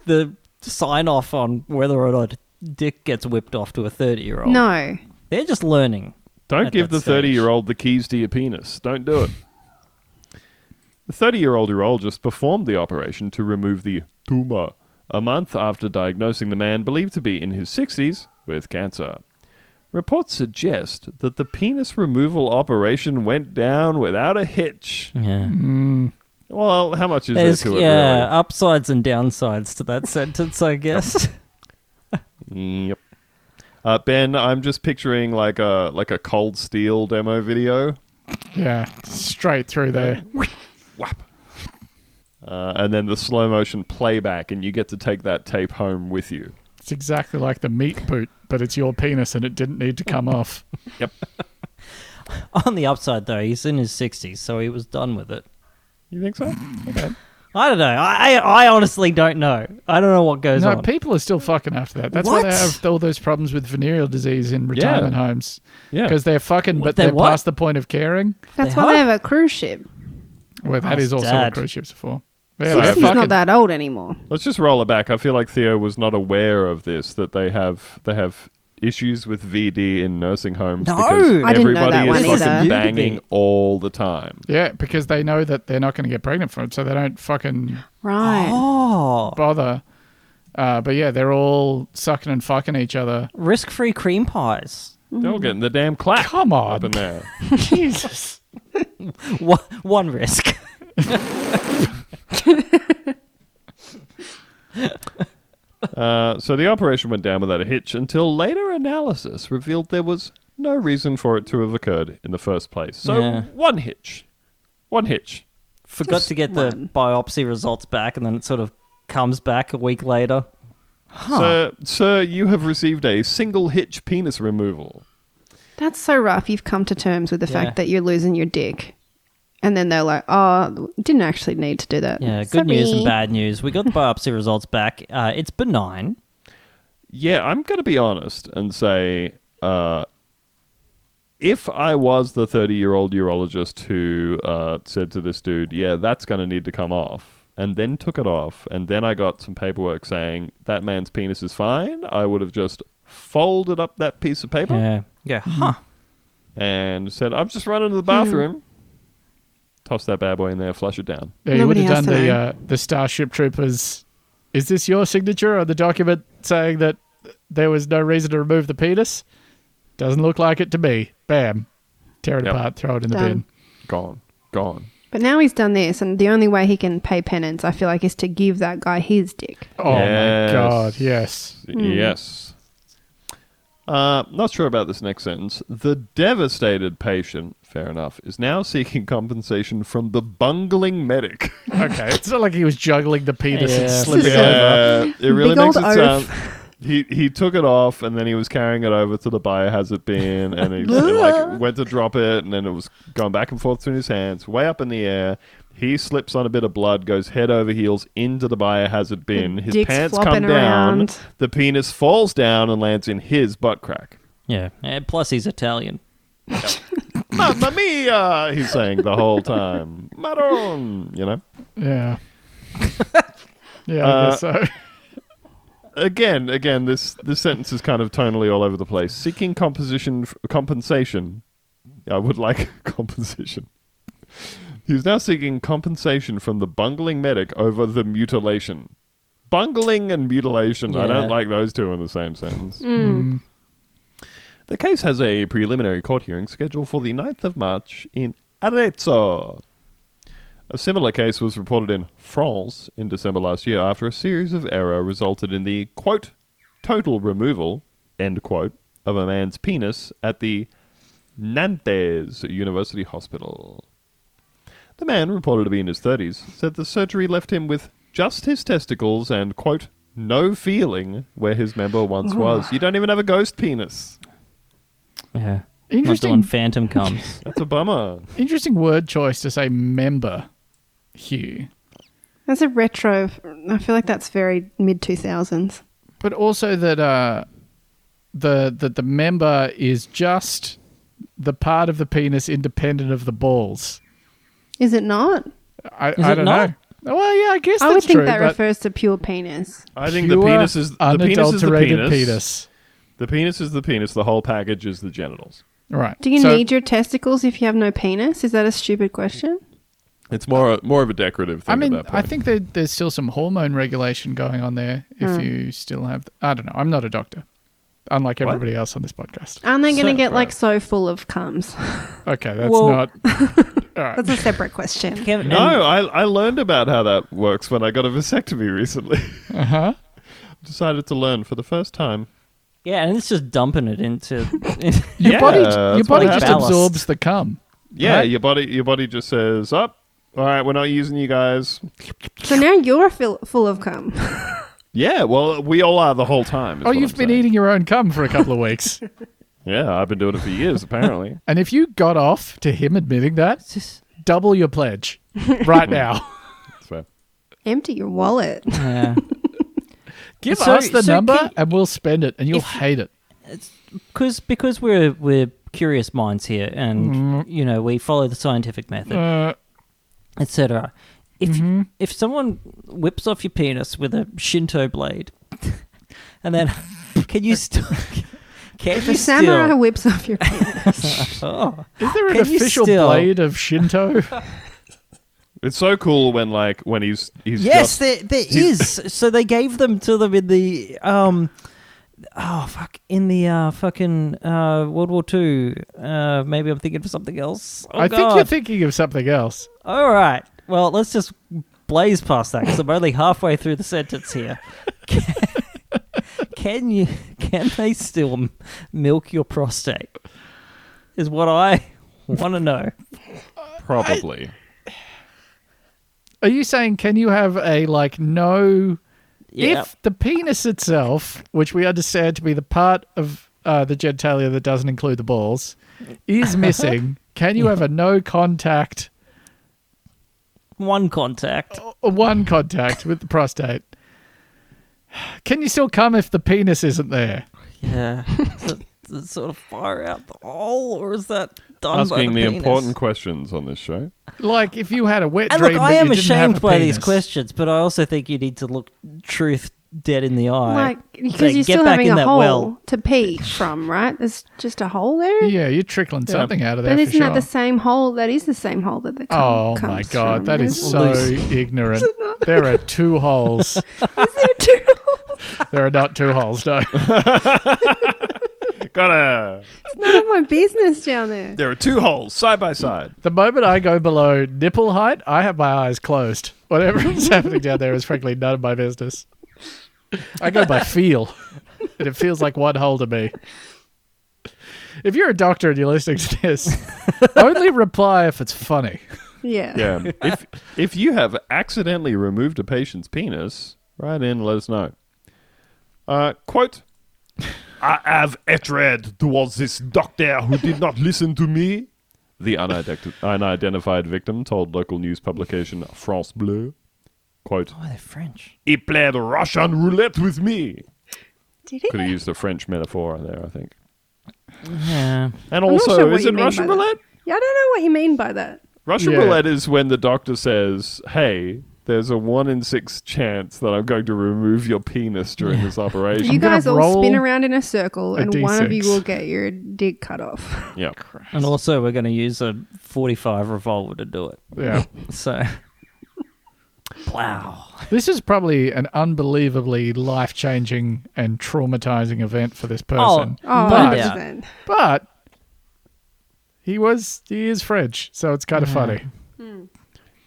S4: the sign off on whether or not Dick gets whipped off to a thirty year old.
S1: No.
S4: they're just learning.
S3: Don't
S4: At
S3: give
S4: that
S3: the
S4: stage.
S3: 30 year old the keys to your penis. Don't do it. the 30 year old urologist performed the operation to remove the tumor a month after diagnosing the man believed to be in his 60s with cancer. Reports suggest that the penis removal operation went down without a hitch.
S4: Yeah,
S3: Well, how much is
S4: there's
S3: there to it?
S4: yeah
S3: really?
S4: upsides and downsides to that sentence, I guess.
S3: Yep. Uh, ben, I'm just picturing like a like a cold steel demo video,
S2: Yeah. Straight through there.
S3: uh, and then the slow motion playback, and you get to take that tape home with you.
S2: It's exactly like the meat boot, but it's your penis and it didn't need to come off.
S3: Yep.
S4: on the upside, though, he's in his sixties, so he was done with it.
S3: You think so? Okay.
S4: I don't know. I I, I honestly don't know. I don't know what goes
S2: No,
S4: on.
S2: people are still fucking after that. That's why they
S4: What?
S2: have all those problems with venereal disease in retirement homes.
S3: Yeah.
S2: Because they're fucking, but
S4: they
S2: they're
S4: what?
S2: past the point of caring.
S1: That's
S4: They
S1: why
S4: are?
S1: they have a cruise ship.
S2: Well, that
S4: Oh,
S2: is also
S4: Dad.
S2: what cruise ships are for.
S1: So
S2: Yeah,
S1: he's
S2: they're
S1: not
S2: fucking,
S1: that old anymore.
S3: Let's just roll it back. I feel like Theo was not aware of this that they have they have issues with VD in nursing homes
S4: No!
S3: because
S1: I didn't know
S3: everybody
S1: that
S3: is
S1: one
S3: fucking
S1: either.
S3: banging all the time.
S2: yeah, because they know that they're not going to get pregnant from it, so they don't fucking
S1: Right.
S4: Oh,
S2: bother. Uh, but yeah, they're all sucking and fucking each other.
S4: risk-free cream pies. (laughs)
S3: They're
S1: Mm.
S3: all getting the damn clap
S2: Come
S3: up in
S2: on.
S3: there.
S2: Jesus.
S4: One, one risk. (laughs)
S3: Uh, so the operation went down without a hitch until later analysis revealed there was no reason for it to have occurred in the first place. So
S4: Yeah.
S3: one hitch, one hitch.
S4: Forgot to get the biopsy results back, and then it sort of comes back a week later.
S3: Sir, sir, you have received a single hitch penis removal.
S1: That's so rough. You've come to terms with the
S4: Yeah.
S1: fact that you're losing your dick. And then they're like, oh, didn't actually need to do that.
S4: Yeah, good news and
S1: Sorry.
S4: bad news. We got the biopsy results back. Uh, it's benign.
S3: Yeah, I'm going to be honest and say uh, if I was the 30 year old urologist who uh, said to this dude, yeah, that's going to need to come off, and then took it off, and then I got some paperwork saying that man's penis is fine, I would have just folded up that piece of paper
S4: Yeah. Yeah. Huh.
S3: and said, I've just run into the bathroom. Toss that bad boy in there, flush it down.
S2: Yeah, you would
S1: Nobody
S2: have
S1: has
S2: done
S1: to
S2: the
S1: know.
S2: uh, the Starship Troopers. Is this your signature on the document saying that there was no reason to remove the penis? Doesn't look like it to me. Bam, tear it
S3: Yep.
S2: apart, throw it in the
S1: Done.
S2: bin.
S3: Gone. Gone.
S1: But now he's done this, and the only way he can pay penance, I feel like, is to give that guy his dick.
S2: Oh
S3: Yes.
S2: my god, yes.
S3: Yes. Hmm. Uh, not sure about this next sentence. The devastated patient, fair enough, is now seeking compensation from the bungling medic. (laughs)
S2: Okay, it's not like he was juggling the penis and
S4: Yeah.
S2: slipping
S1: Yeah.
S2: over.
S3: it really
S1: Big
S3: makes it
S1: old oaf.
S3: sound. He he took it off and then he was carrying it over to the biohazard bin and he and,
S1: (laughs)
S3: like went to drop it and then it was going back and forth between his hands, way up in the air. He slips on a bit of blood, goes head over heels into the biohazard bin. His
S1: dick's
S3: pants come
S1: flopping
S3: down.
S1: around.
S3: The penis falls down and lands in his
S1: (laughs)
S3: butt crack.
S4: Yeah. And plus, he's Italian.
S3: Mamma mia! He's saying the whole time. Maron! You know?
S1: (laughs)
S2: Yeah. yeah, I
S3: Uh,
S2: guess so. (laughs)
S3: Again, again, this, this sentence is kind of tonally all over the place. Seeking composition, f- compensation. I would like (laughs) compensation. He's now seeking compensation from the bungling medic over the mutilation. Bungling and mutilation. I
S4: Yeah.
S3: don't like those two in the same sentence. The case has a preliminary court hearing scheduled for the 9th of March in Arezzo. A similar case was reported in France in December last year after a series of error resulted in the quote total removal end quote of a man's penis at the Nantes University Hospital. The man, reported to be in his 30s, said the surgery left him with just his testicles and quote no feeling where his member once was. You don't even have a ghost penis.
S4: Yeah.
S2: Interesting.
S4: Not when Phantom comes.
S3: That's a bummer.
S2: Interesting word choice to say member, Hugh.
S1: That's a retro. I feel like that's very mid 2000s.
S2: But also that uh, the that the member is just the part of the penis independent of the balls.
S1: Is it not?
S2: I,
S4: it
S2: I don't
S4: not?
S2: know. Well, yeah, I guess
S1: I would
S2: that's
S1: think
S2: true.
S1: that
S2: but
S1: refers to pure penis.
S3: I think the
S2: pure,
S3: penis is the penis is the
S2: unadulterated
S3: penis. The penis is the penis. The whole package is the genitals.
S2: Right.
S1: Do you
S2: So-
S1: need your testicles if you have no penis? Is that a stupid question?
S3: It's more more of a decorative thing.
S2: I mean,
S3: at that
S2: I
S3: point.
S2: think there, there's still some hormone regulation going on there. If
S1: Hmm.
S2: you still have, I don't know. I'm not a doctor, unlike everybody else on this podcast.
S1: Aren't they going to
S3: So-
S1: get like so full of cums?
S2: Okay, that's
S4: Well-
S1: (laughs)
S2: not.
S1: That's a separate question.
S4: (laughs) Kevin,
S3: No,
S4: and-
S3: I, I learned about how that works when I got a vasectomy recently.
S2: Uh huh.
S3: (laughs) Decided to learn for the first time.
S4: yeah, and it's just dumping it into. (laughs)
S2: Your
S3: Yeah,
S2: body, your
S3: that's
S2: body
S3: what
S2: just
S4: happens.
S2: absorbs the cum.
S3: Yeah,
S2: Right?
S3: your body your body just says up. All right, we're not using you guys.
S1: (laughs) So now you're fill, full of cum. (laughs)
S3: Yeah, well, we all are the whole time. is
S2: Oh,
S3: what
S2: you've
S3: I'm
S2: been
S3: saying.
S2: eating your own cum for a couple of
S3: (laughs)
S2: weeks,
S3: Yeah, I've been doing it for (laughs) years. Apparently,
S2: and if you got off to him admitting that,
S4: just,
S2: double your pledge right now.
S3: That's fair.
S1: Empty your wallet.
S4: yeah.
S2: (laughs) Give
S4: So-
S2: us the
S4: so
S2: number,
S4: can-
S2: and we'll spend it, and you'll
S4: If-
S2: hate it.
S4: because because we're we're curious minds here, and you know we follow the scientific method,
S2: Uh,
S4: etc. If if someone whips off your penis with a Shinto blade, (laughs) and then can you still (laughs) can
S1: If
S4: you
S1: a samurai
S4: still
S1: whips off your
S4: oh,
S2: is there an
S4: Can you
S2: official
S4: still-
S2: blade of (laughs) Shinto?
S3: It's so cool when like when he's he's
S4: yes
S3: just,
S4: there there is so they gave them to them in the um oh fuck in the uh fucking uh World War Two uh maybe I'm thinking of something else oh,
S2: I think
S4: God.
S2: you're thinking of something else.
S4: All right. Well, let's just blaze past that because I'm only halfway through the sentence here. (laughs) Can, can you? Can they still m- milk your prostate? Is what I want to know.
S3: probably.
S2: Are you saying can you have a like no
S4: Yeah.
S2: if the penis itself, which we understand to be the part of uh, the genitalia that doesn't include the balls,
S4: (laughs)
S2: is missing, can you have a no contact
S4: one contact.
S1: Oh.
S2: or one contact with the prostate? Can you still come if the penis isn't there?
S4: Yeah. Does it, does it sort of fire out the hole, or is that done by
S3: Asking the,
S4: penis?
S3: important questions on this show.
S2: Like if you had a wet
S4: And
S2: dream,
S4: look, I
S2: but
S4: am
S2: you didn't have
S4: ashamed
S2: a
S4: by these
S2: penis.
S4: questions, but I also think you need to look truth dead in the eye.
S1: like
S4: Say,
S1: because you're
S4: "Get
S1: still
S4: back
S1: having
S4: in
S1: a
S4: that
S1: hole
S4: well."
S1: to pee from, right? There's just a hole there.
S2: Yeah, you're trickling something out of there.
S1: But
S2: for
S1: isn't that the
S2: sure.
S1: same hole? That is the same hole that the cum
S2: Oh
S1: comes
S2: my god,
S1: from,
S2: that is
S1: isn't
S2: so
S4: Loose.
S2: ignorant. There
S4: (laughs)
S2: are two holes.
S1: it? There are two (laughs) holes.
S2: There are not two holes, no.
S3: Gotta.
S1: None of my business down there.
S3: There are two holes side by side.
S2: The moment I go below nipple height, I have my eyes closed. Whatever is happening down there is frankly none of my business. I go by feel, and it feels like one hole to me. If you're a doctor and you're listening to this, only reply if it's funny.
S1: Yeah. (laughs)
S3: Yeah. if if you have accidentally removed a patient's penis, write in. and Let us know. Uh, quote. I have hatred towards this doctor who did not listen to me. The unident- unidentified victim told local news publication France Bleu. Quote.
S4: oh, they're French.
S3: He played Russian roulette with me.
S1: Did he?
S3: Could have used a French metaphor there, I think.
S4: Yeah.
S3: And
S1: I'm not
S3: also,
S1: sure what
S3: is
S1: you
S3: it
S1: mean
S3: Russian
S1: by that.
S3: roulette?
S1: Yeah, I don't know what you mean by that.
S3: Russian
S2: Yeah.
S3: roulette is when the doctor says, "Hey, there's a one in six chance that I'm going to remove your penis during
S1: (laughs)
S3: this operation."
S1: you
S2: gonna
S1: guys all spin
S2: roll
S1: around in a circle,
S2: a
S1: and one of you
S2: D6.
S1: will get your dick cut
S3: (laughs)
S1: off.
S3: yeah,
S4: And also, we're going to use a 45 revolver to do it.
S2: Yeah.
S4: So, wow.
S2: This is probably an unbelievably life changing and traumatizing event for this person.
S1: Oh,
S4: But-
S1: 100%.
S2: But he was he is French, so it's kind of funny.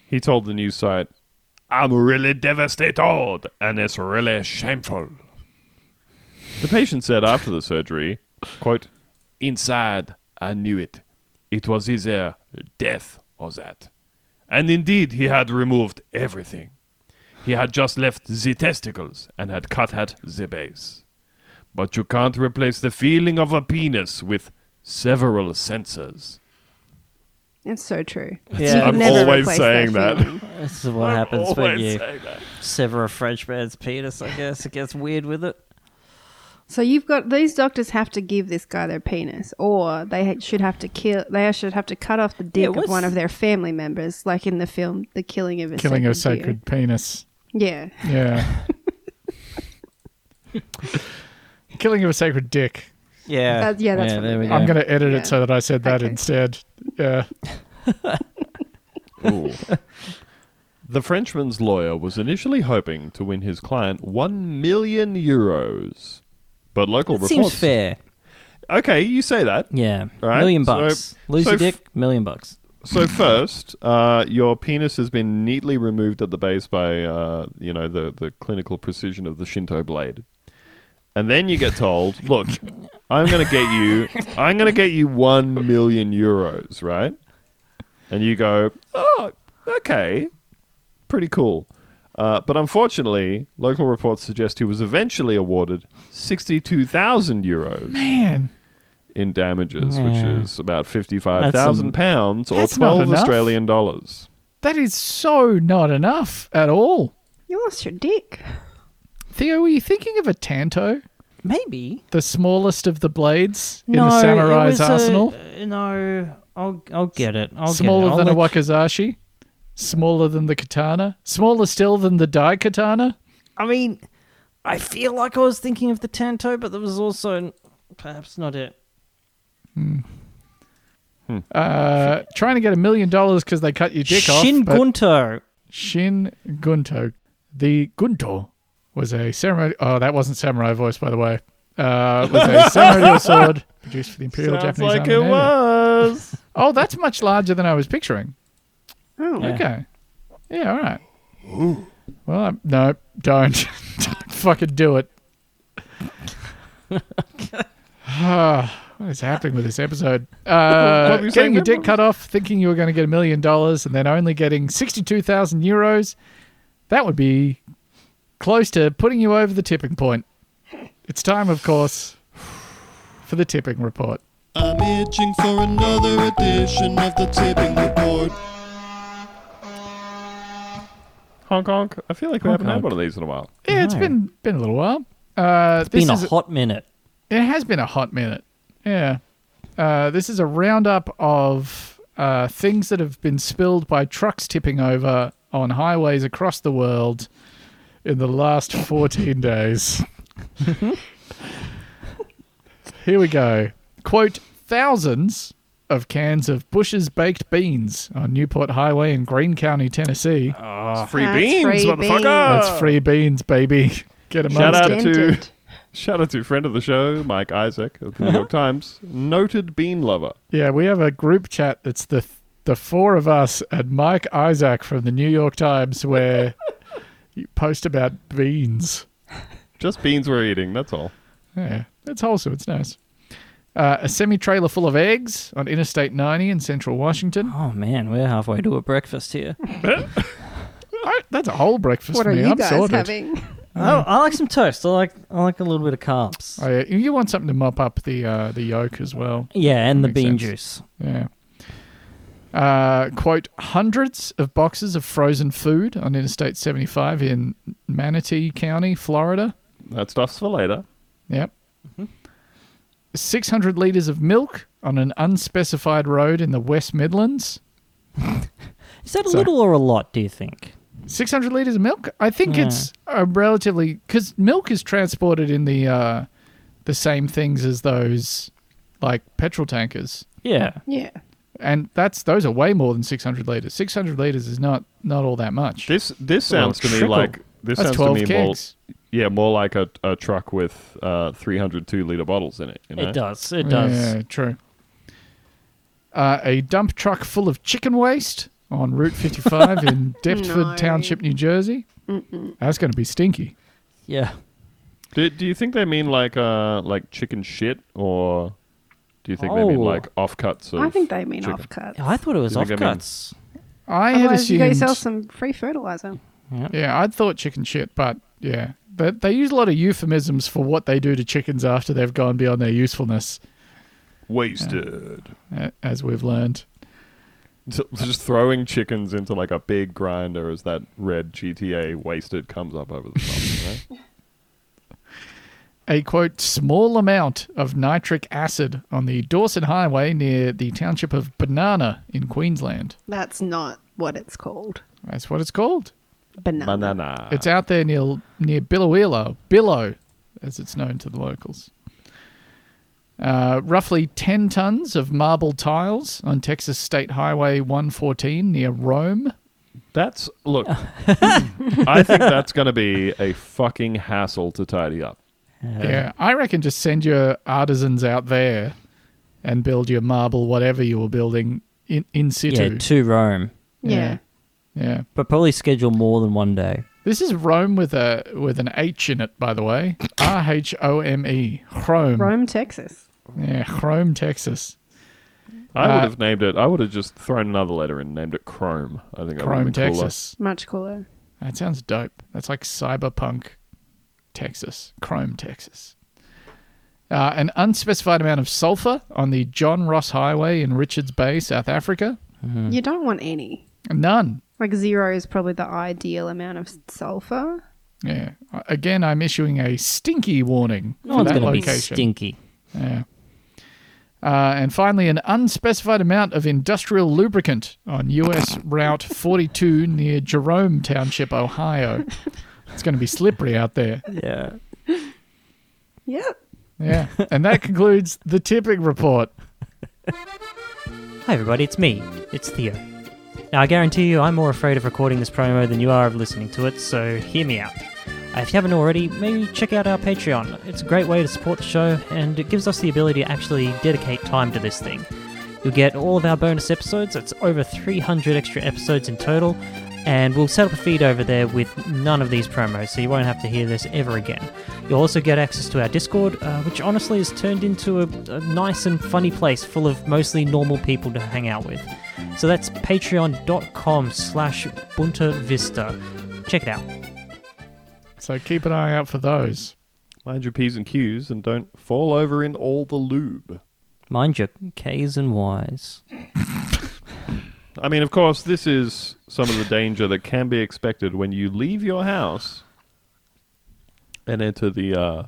S3: he told the news site, "I'm really devastated, and it's really shameful." The patient said after the surgery, "Quote, inside I knew it. It was either death or that, and indeed he had removed everything. He had just left the testicles and had cut at the base. But you can't replace the feeling of a penis with several senses.
S1: It's so true.
S4: Yeah.
S1: You can
S4: I'm
S1: never
S3: always
S1: replace
S3: saying that.
S1: feeling.
S4: This is what happens when you sever a French man's penis, I guess. It gets weird with it.
S1: So you've got these doctors have to give this guy their penis, or they ha- should have to kill. They should have to cut off the
S4: Yeah,
S1: dick of
S4: what's-
S1: one of their family members, like in the film "The Killing of a
S2: Killing a
S1: Sacred Deer.
S2: sacred penis.
S1: Yeah,
S2: Yeah. (laughs) Killing of a sacred dick.
S4: Yeah.
S1: That- yeah, that's what
S4: there
S1: it
S4: we
S1: is.
S4: go.
S2: I'm going to edit
S1: Yeah.
S2: it so that I said that
S1: Okay.
S2: instead. Yeah.
S4: (laughs)
S3: the Frenchman's lawyer was initially hoping to win his client 1 million euros. But local
S4: That
S3: reports.
S4: seems fair.
S3: Okay, you say that.
S4: Yeah.
S3: Right,
S4: Million
S3: so-
S4: bucks. Lose
S3: so
S4: your
S3: f-
S4: dick, million bucks.
S3: So first, uh, your penis has been neatly removed at the base by uh, you know the the clinical precision of the Shinto blade, and then you get told, "Look, I'm going to get you, I'm going to get you one million euros, right?" And you go, "Oh, okay, pretty cool." Uh, but unfortunately, local reports suggest he was eventually awarded sixty-two thousand euros
S2: Man.
S3: in damages,
S4: Yeah.
S3: which is about fifty-five thousand pounds or
S2: That's not
S3: twelve
S2: enough.
S3: Australian dollars.
S2: That is so not enough at all.
S1: you lost your dick.
S2: Theo, were you thinking of a tanto?
S4: Maybe.
S2: The smallest of the blades in the samurai's arsenal?
S4: uh, no, I'll, I'll get it. I'll
S2: Smaller
S4: get
S2: than
S4: it.
S2: a wakizashi? Smaller than the katana? Smaller still than the dai katana?
S4: I mean, I feel like I was thinking of the Tanto, but there was also perhaps not it.
S2: Uh, trying to get a million dollars because they cut your dick off.
S4: Shin
S2: but-
S4: Gunto.
S2: Shin Gunto. The Gunto was a samurai. Oh, that wasn't samurai voice, by the way. Uh, it was
S3: (laughs)
S2: a samurai sword produced for the Imperial
S3: Sounds
S2: Japanese
S3: like
S2: Army.
S3: it
S2: Navy.
S3: was.
S2: Oh, that's much larger than I was picturing.
S1: Oh,
S4: Yeah.
S2: Okay. Yeah, all right. Well, i no, don't. (laughs) don't fucking do it. Ah, what is happening with this
S3: (laughs)
S2: episode? Uh,
S3: were you saying
S2: getting your
S3: then?
S2: dick cut off, thinking you were going to get a million dollars, and then only getting 62,000 euros. That would be close to putting you over the tipping point. It's time, of course, for the tipping report.
S7: I'm itching for another edition of the tipping report.
S3: Honk honk. I feel like we haven't had
S2: honk.
S3: one of these in a while.
S2: Yeah, it's
S4: No.
S2: been been a little while. Uh, this
S4: Been a
S2: is
S4: hot minute.
S2: It has been a hot minute. Yeah. Uh, this is a roundup of uh, things that have been spilled by trucks tipping over on highways across the world in the last 14 (laughs) days. Here we go. Quote Thousands of cans of Bush's baked beans on Newport Highway in Greene County, Tennessee.
S3: It's Ah, free
S1: That's
S3: beans,
S1: free
S3: motherfucker.
S1: beans.
S2: That's free beans, baby. (laughs) Get a
S3: Shout out to
S1: Dented.
S3: shout out to friend of the show, Mike Isaac of the
S2: (laughs)
S3: New York Times, noted bean lover.
S2: Yeah, we have a group chat that's the the four of us and Mike Isaac from the New York Times where (laughs) you post about beans.
S3: Just beans we're eating. That's all.
S2: Yeah, it's wholesome. It's nice. Uh, a semi trailer full of eggs on Interstate 90 in central Washington.
S4: Oh man, we're halfway to a breakfast (laughs) here.
S2: I- that's a whole breakfast
S1: Oh. What
S2: for
S1: are
S2: me.
S1: you
S2: I'm
S1: guys
S2: sorted.
S1: having? (laughs)
S4: I, Oh, I like some toast. I like I like a little bit of carbs.
S2: Oh, yeah. You want something to mop up the uh, the yolk as well.
S4: yeah, and the
S2: makes
S4: bean juice.
S2: Yeah. Uh, quote, hundreds of boxes of frozen food on Interstate 75 in Manatee County, Florida.
S3: That stuff's for later.
S2: Yep.
S3: Mm-hmm.
S2: 600 litres of milk on an unspecified road in the West Midlands.
S4: Is that a
S2: So-
S4: little or a lot? Do you think?
S2: 600 litres of milk? I think
S4: Yeah.
S2: it's a relatively. Because milk is transported in the, uh, the same things as those, like, petrol tankers.
S4: Yeah,
S1: Yeah,
S2: And that's those are way more than 600 litres. 600 litres is not, not all that much.
S3: This this
S2: little
S3: sounds to me
S2: trickle.
S3: like this
S2: That's
S3: sounds
S2: 12
S3: to me
S2: kegs.
S3: more yeah more like a, a truck with uh, 302 liter bottles in it. You know?
S4: it does. It does.
S2: Yeah, true. Uh, a dump truck full of chicken waste on Route 55 in Deptford
S1: No.
S2: Township, New Jersey. That's going to be stinky.
S4: Yeah.
S3: Do, do you think they mean like uh like chicken shit or do you think they mean
S4: Oh.
S3: like offcuts of
S1: I think they mean
S3: chicken.
S1: offcuts.
S4: I thought it was
S3: You think I mean-
S4: offcuts.
S2: I had
S1: Otherwise, you
S2: assumed.
S1: got yourself some free fertilizer.
S2: Yeah, I'd thought chicken shit, but yeah. But they use a lot of euphemisms for what they do to chickens after they've gone beyond their usefulness,
S3: Wasted.
S2: a- as we've learned.
S3: T- (laughs) Just throwing chickens into like a big grinder as that red GTA wasted comes up over
S1: (laughs)
S3: the top. You know?
S2: A quote, small amount of nitric acid on the Dorset Highway near the township of Banana in Queensland.
S1: That's not what it's called.
S2: That's what it's called.
S1: Banana.
S3: Banana.
S2: It's out there near near Billowheeler, Billow, as it's known to the locals. Uh, roughly 10 tons of marble tiles on Texas State Highway 114 near Rome.
S3: That's
S1: (laughs)
S3: look. I think that's going to be a fucking hassle to tidy up.
S2: Yeah, I reckon just send your artisans out there and build your marble, whatever you were building, in, in situ.
S4: Yeah, to Rome.
S1: Yeah.
S2: Yeah. yeah.
S4: But probably schedule more than one day.
S2: This is Rome with a with an H in it, by the way. R H O M E. Chrome.
S1: Rome, Texas.
S2: Yeah, Chrome, Texas.
S3: I
S2: Uh,
S3: would have named it. I would have just thrown another letter in, and named it Chrome. I think that would have
S2: Chrome,
S3: been cooler.
S2: Texas.
S1: Much cooler.
S2: That sounds dope. That's like cyberpunk Texas, Chrome, Texas. Uh, an unspecified amount of sulfur on the John Ross Highway in Richards Bay, South Africa.
S1: You don't want any.
S2: None.
S1: Like zero is probably the ideal amount of sulfur.
S2: Yeah. Again, I'm issuing a stinky warning
S4: No
S2: for
S4: one's
S2: that
S4: going to be
S2: location.
S4: stinky.
S2: yeah. Uh, and finally, an unspecified amount of industrial lubricant on
S4: (laughs)
S2: U.S. Route 42 near Jerome Township, Ohio. It's going to be slippery out there.
S4: Yeah.
S1: Yep.
S2: Yeah. And that concludes the tipping report.
S4: Hi, everybody, it's me. It's Theo. Now, I guarantee you, I'm more afraid of recording this promo than you are of listening to it, so hear me out. Uh, If you haven't already, maybe check out our Patreon. It's a great way to support the show, and it gives us the ability to actually dedicate time to this thing. You'll get all of our bonus episodes, it's over 300 extra episodes in total, and we'll set up a feed over there with none of these promos, so you won't have to hear this ever again. You'll also get access to our Discord, uh, which honestly has turned into a, a nice and funny place full of mostly normal people to hang out with. So that's patreon.com slash Bunta Vista. Check it out.
S2: So keep an eye out for those.
S3: Mind your p's and q's, and don't fall over in all the lube.
S4: Mind your K's and Y's.
S3: I mean, of course, this is some of the danger that can be expected when you leave your house and enter the uh,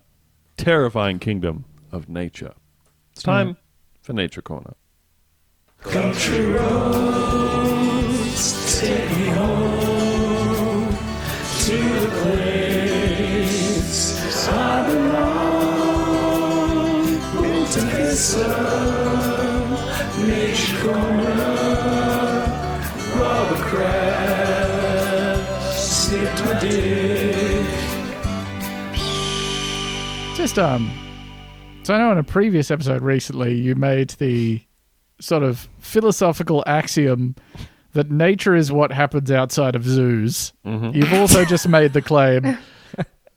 S3: terrifying kingdom of nature. It's time for Nature Corner.
S2: Just um so I know in a previous episode recently you made the sort of philosophical axiom that nature is what happens outside of zoos.
S3: Mm-hmm.
S2: You've also just made the claim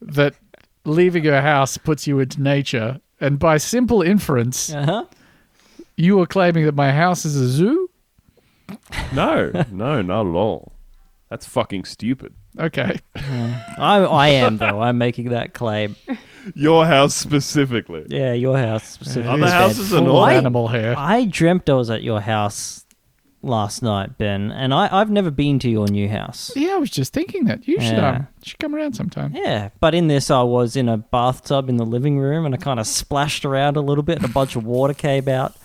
S2: that leaving your house puts you into nature. And by simple inference,
S4: Uh-huh.
S2: you were claiming that my house is a zoo?
S3: No, no, not at all. That's fucking stupid.
S2: Okay.
S4: I, I am, though. I'm making that claim.
S3: Your house specifically.
S4: Yeah, your house (laughs) specifically.
S3: Other
S4: is bad.
S3: houses are
S2: All
S3: not.
S2: animal hair.
S4: I dreamt I was at your house last night, Ben, and I, I've never been to your new house.
S2: Yeah, I was just thinking that. You should
S4: Yeah.
S2: um, should come around sometime.
S4: Yeah, but in this, I was in a bathtub in the living room, and I kind of splashed around a little bit, and a bunch of water came out,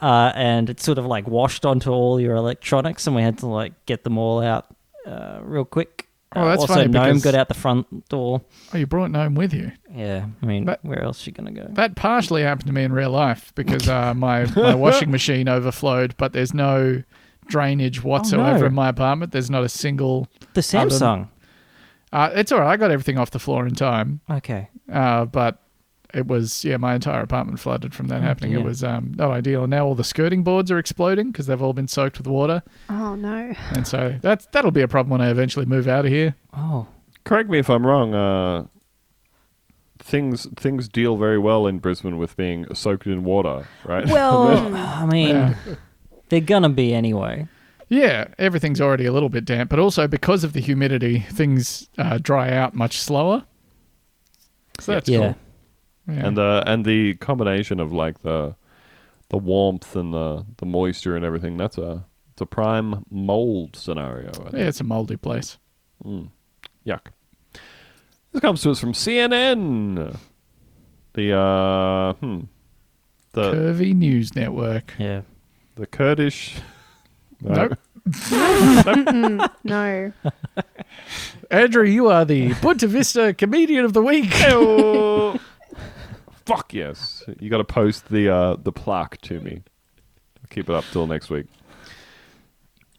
S4: uh, and it sort of like washed onto all your electronics, and we had to like get them all out uh, real quick. Uh,
S2: Oh, that's
S4: also,
S2: funny
S4: Gnome
S2: because-
S4: got out the front door.
S2: Oh, you brought Gnome with you.
S4: Yeah, I mean,
S2: But-
S4: where else you gonna go?
S2: That partially happened to me in real life because uh, my, my
S4: (laughs)
S2: washing machine overflowed, but there's no drainage whatsoever
S4: Oh, no.
S2: in my apartment. There's not a single.
S4: The Samsung.
S2: Uh, it's all right. I got everything off the floor in time,
S4: Okay.
S2: uh, but it was yeah, my entire apartment flooded from that happening. It
S4: Oh, dear.
S2: was um, not ideal. And now all the skirting boards are exploding because they've all been soaked with water,
S1: Oh (laughs) no.
S2: and so that's that'll be a problem when I eventually move out of here.
S4: Oh,
S3: Correct me if I'm wrong. Uh, things things deal very well in Brisbane with being soaked in water, right?
S4: well, I mean, they're gonna be anyway.
S2: Yeah, everything's already a little bit damp, but also because of the humidity, things uh, dry out much slower. So that's
S4: yeah.
S2: cool. Yeah.
S3: and the and the combination of like the the warmth and the the moisture and everything that's a it's a prime mold scenario I
S2: yeah,
S3: think.
S2: it's a moldy place.
S3: yuck this comes to us from cnn the uh hmm the
S2: Curvy News Network.
S4: Yeah.
S3: the kurdish uh, no.
S2: Nope.
S1: (laughs) No.
S2: Andrew, you are the Buta Vista Comedian of the Week.
S3: Ew. (laughs) fuck yes you gotta post the uh the plaque to me keep it up till next week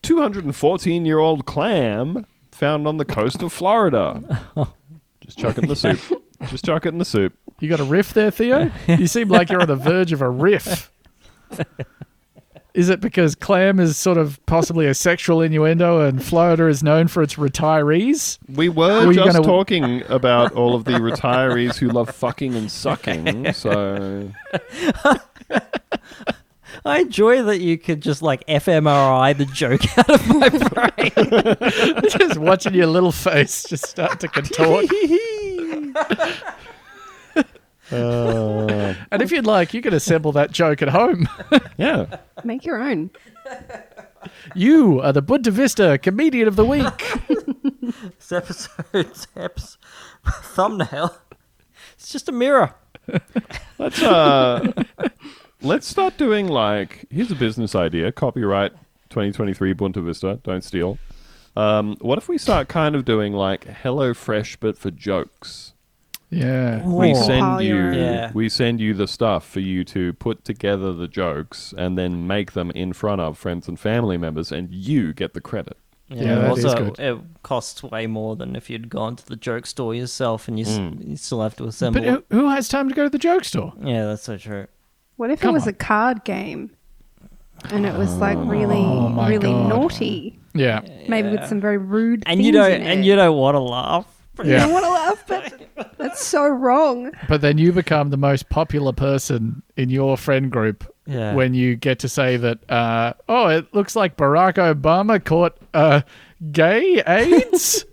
S3: 214 year old clam found on the coast
S2: (laughs)
S3: of florida just chuck it in the soup just chuck it in the soup
S2: You got a riff there, Theo? You seem like you're on the verge of a riff. Is it because clam is sort of possibly a sexual innuendo and Florida is known for its retirees? (laughs)
S3: we were
S2: Were you
S3: just
S2: gonna-
S3: talking about all of the retirees who love fucking and sucking so
S4: I enjoy that you could just like fMRI the joke (laughs) out of my brain.
S2: just watching your little face just start to contort. and if you'd like, you can assemble that joke at home.
S3: yeah
S1: Make your own.
S2: You are the Buddha Vista Comedian of the Week.
S4: this episode's eps- thumbnail. It's just a mirror.
S3: Let's uh, let's start doing like here's a business idea: copyright 2023 Bunta Vista. Don't steal. Um, what if we start kind of doing like Hello Fresh, but for jokes?
S2: Yeah.
S3: We
S1: Or
S3: send
S1: compile your
S3: you,
S1: own.
S4: Oh, Yeah.
S3: we send you the stuff for you to put together the jokes and then make them in front of friends and family members, and you get the credit.
S2: Yeah, that is
S4: also,
S2: good.
S4: it costs way more than if you'd gone to the joke store yourself and you, s you still have to assemble.
S2: But uh, who, who has time to go to the joke store?
S4: it. yeah, that's so true.
S1: What if
S2: Come
S1: it was
S2: on.
S1: a card game? And it was like really,
S2: my
S1: really
S2: God.
S1: naughty.
S2: Yeah.
S1: Maybe with some very rude
S4: And you
S1: things
S4: don't
S1: in
S4: and
S1: it. (laughs)
S4: you don't want to laugh.
S1: You
S2: Yeah.
S1: don't want to laugh, but that's so wrong.
S2: But then you become the most popular person in your friend group
S4: Yeah.
S2: when you get to say that, uh, oh, it looks like Barack Obama caught uh, gay (laughs) AIDS.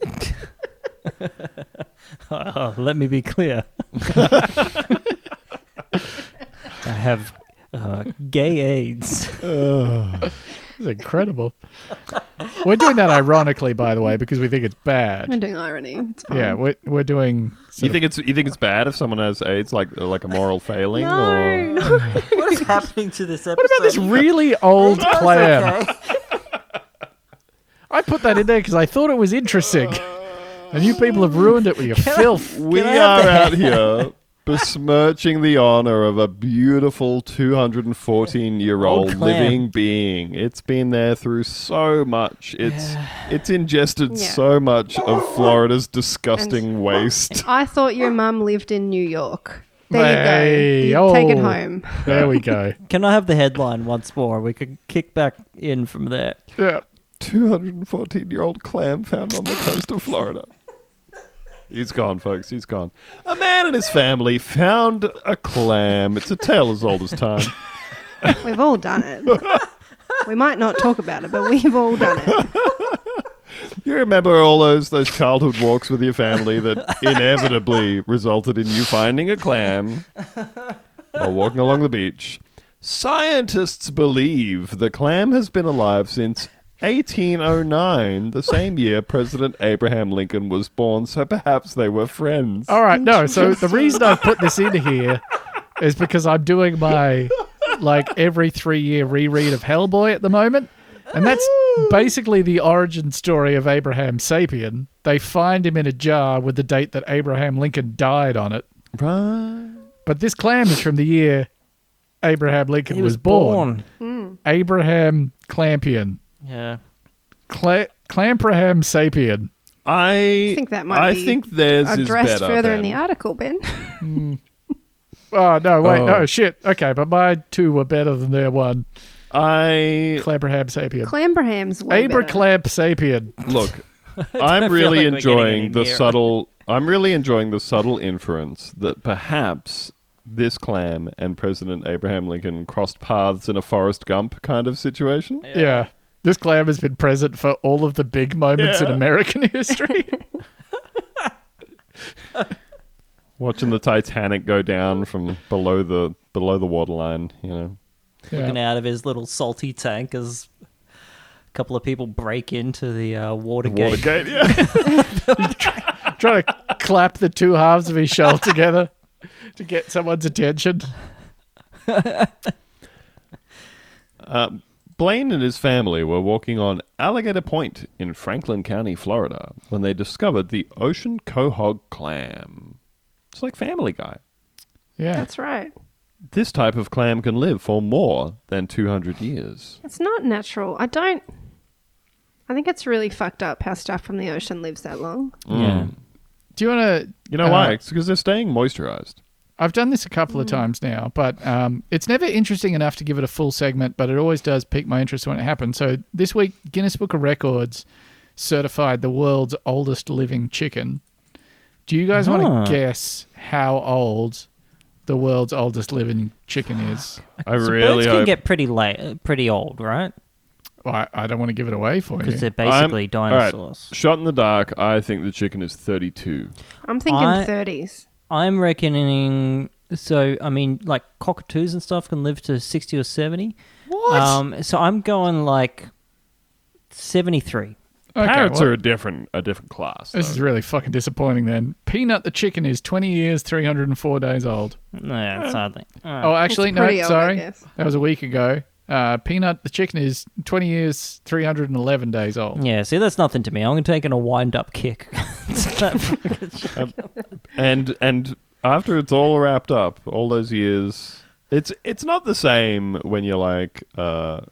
S4: (laughs) Oh, let me
S2: (laughs)
S4: be clear. I have uh, gay AIDS.
S2: It's incredible. we're doing that ironically, by the way, because we think it's
S1: I'm
S2: bad.
S1: doing irony. It's fine.
S2: Yeah, we're, we're doing.
S3: You
S2: sort of-
S3: think it's you think it's bad if someone has AIDS, like like a moral failing,
S1: No,
S3: or
S1: no.
S4: What is happening to this episode?
S2: what about this really old clam?
S4: Okay.
S2: I put that in there because I thought it was interesting. And you people have ruined it with your filth.
S3: we
S4: Can I have
S3: are out here besmirching the honor of a beautiful 214 year
S4: Old
S3: old
S4: clam.
S3: living being it's been there through so much it's it's ingested
S1: Yeah.
S3: so much of florida's disgusting waste
S1: (laughs) I thought your mum lived in New York. There
S2: Hey,
S1: you go. You Take it
S2: oh.
S1: home.
S2: (laughs) There we go.
S4: (laughs) Can I have the headline once more? We could kick back in from there.
S2: Yeah.
S3: 214 year old clam found on the coast of florida He's gone, folks. He's gone. A man and his family found a clam. It's a tale as old as time.
S1: We've all done it. we might not talk about it, but we've all done it.
S3: You remember all those those childhood walks with your family that inevitably resulted in you finding a clam while walking along the beach. Scientists believe the clam has been alive since 1809, the same year President Abraham Lincoln was born, so perhaps they were friends.
S1: Oh.
S2: All right, no. So (laughs) the reason I've put this in here is because I'm doing my like every three year reread of Hellboy at the moment, and that's basically the origin story of Abraham Sapien. They find him in a jar with the date that Abraham Lincoln died on it,
S3: Right.
S2: but this clam is from the year Abraham Lincoln
S4: He
S2: was, born. Abraham Clampion,
S4: Yeah.
S2: Cla- Clampraham Sapien.
S3: I
S1: think that might
S3: I
S1: be
S3: think theirs is
S1: Addressed
S3: better
S1: further in
S3: then.
S1: the article, Ben.
S2: Oh no! Wait,
S3: Oh.
S2: no shit. Okay, but my two were better than their one.
S3: I
S2: Clampraham Sapien.
S1: Clambraham's way better.
S2: Abraclamp sapien.
S4: (laughs)
S3: Look, I'm really
S4: like we're getting
S3: enjoying the
S4: anywhere.
S3: subtle. I'm really enjoying the subtle inference that perhaps this clam and President Abraham Lincoln crossed paths in a Forrest Gump kind of situation.
S2: Yeah. This clam has been present for all of the big moments in
S3: Yeah.
S2: American history.
S3: Watching the Titanic go down from below the below the waterline, you know.
S4: looking
S2: yeah.
S4: out of his little salty tank as a couple of people break into the uh, water gate.
S3: Watergate,
S4: (laughs)
S3: yeah.
S2: Trying to clap the two halves of his shell together to get someone's attention.
S3: Blaine and his family were walking on Alligator Point in Franklin County, Florida, when they discovered the ocean quahog clam. It's like Family Guy.
S2: Yeah.
S1: That's right.
S3: This type of clam can live for more than 200 years.
S1: It's not natural. I don't. I think it's really fucked up how stuff from the ocean lives that long.
S4: Yeah.
S2: Do you want to?
S3: You know why? It's because they're staying moisturized.
S2: I've done this a couple of times now, but um, it's never interesting enough to give it a full segment, but it always does pique my interest when it happens. So this week, Guinness Book of Records certified the world's oldest living chicken. Do you guys want
S4: Huh.
S2: to guess how old the world's oldest living chicken is?
S3: I
S4: So
S3: really
S4: birds can
S3: hope.
S4: get pretty late, pretty old, right?
S2: Well, I, I don't want to give it away for you.
S4: Because they're
S3: I'm-
S4: basically
S3: all right,
S4: dinosaurs.
S3: shot in the dark, I think the chicken is 32.
S1: I'm thinking
S4: I-
S1: 30s.
S4: I'm reckoning. So I mean, like cockatoos and stuff can live to sixty or seventy.
S2: What?
S4: Um, so I'm going like seventy-three.
S2: Okay,
S3: Parrots
S2: well,
S3: are a different, a different class.
S2: this is
S3: though.
S2: really fucking disappointing then. Peanut the chicken is 20 years, 304 days old.
S4: No, it's hardly. Uh,
S2: Oh, actually,
S1: That's
S2: no,
S1: pretty old, I
S2: sorry.
S1: guess.
S2: That was a week ago. Uh, Peanut the chicken is 20 years, 311 days old.
S4: yeah, see, that's nothing to me. I'm taking a wind-up kick. (laughs)
S3: and and after it's all wrapped up, all those years, it's it's not the same when you're like, uh,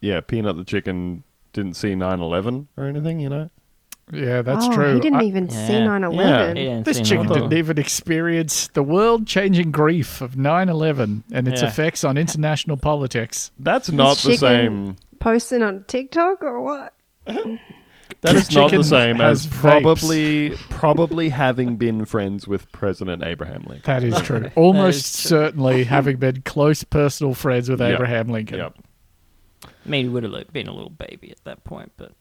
S3: yeah, peanut the chicken didn't see 9-11 or anything, you know.
S2: Yeah, that's
S1: oh,
S2: true.
S1: He didn't
S2: I-
S1: even see
S4: Yeah.
S1: 9
S3: Yeah.
S1: 11.
S4: He didn't
S2: this
S4: see
S2: chicken
S4: none.
S2: didn't even experience the world changing grief of 9 11 and its
S4: Yeah.
S2: effects on international politics.
S3: That's not the
S1: chicken-
S3: same.
S1: Posting on TikTok or what?
S3: That is not the
S2: chicken
S3: same as
S2: has
S3: probably probably having been friends with President Abraham Lincoln.
S2: (laughs) That is true. Almost
S4: true.
S2: certainly having been close personal friends with
S3: Yep.
S2: Abraham Lincoln.
S3: Yep.
S4: I mean, he would have been a little baby at that point, but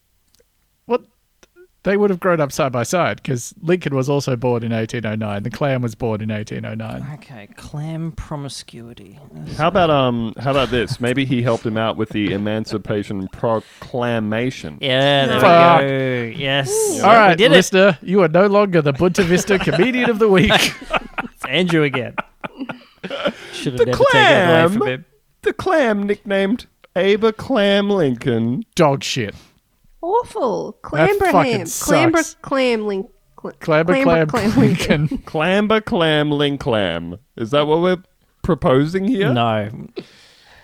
S2: Well, they would have grown up side by side because Lincoln was also born in 1809. The Klan was born in 1809.
S4: okay, clam promiscuity.
S3: How about um? How about this? Maybe he helped him out with the Emancipation Proclamation.
S4: Yeah, there
S2: Fuck.
S4: we go. Yes,
S2: All right,
S4: we did it.
S2: listener, you are no longer the Bunta Vista Comedian of the
S3: (laughs)
S2: Week.
S4: It's Andrew again. Should have never taken it away from
S3: clam.
S4: him.
S3: The clam nicknamed Abe Clam Lincoln.
S2: Dog shit.
S1: Awful. Clamberham.
S2: fucking
S1: Clamber
S2: sucks.
S1: clam link. cl-
S2: Clamber
S1: clamber
S2: Clam (laughs)
S1: clam link.
S2: Lincoln.
S3: Clamber Clam Link Clam. Is that what we're proposing here?
S4: No,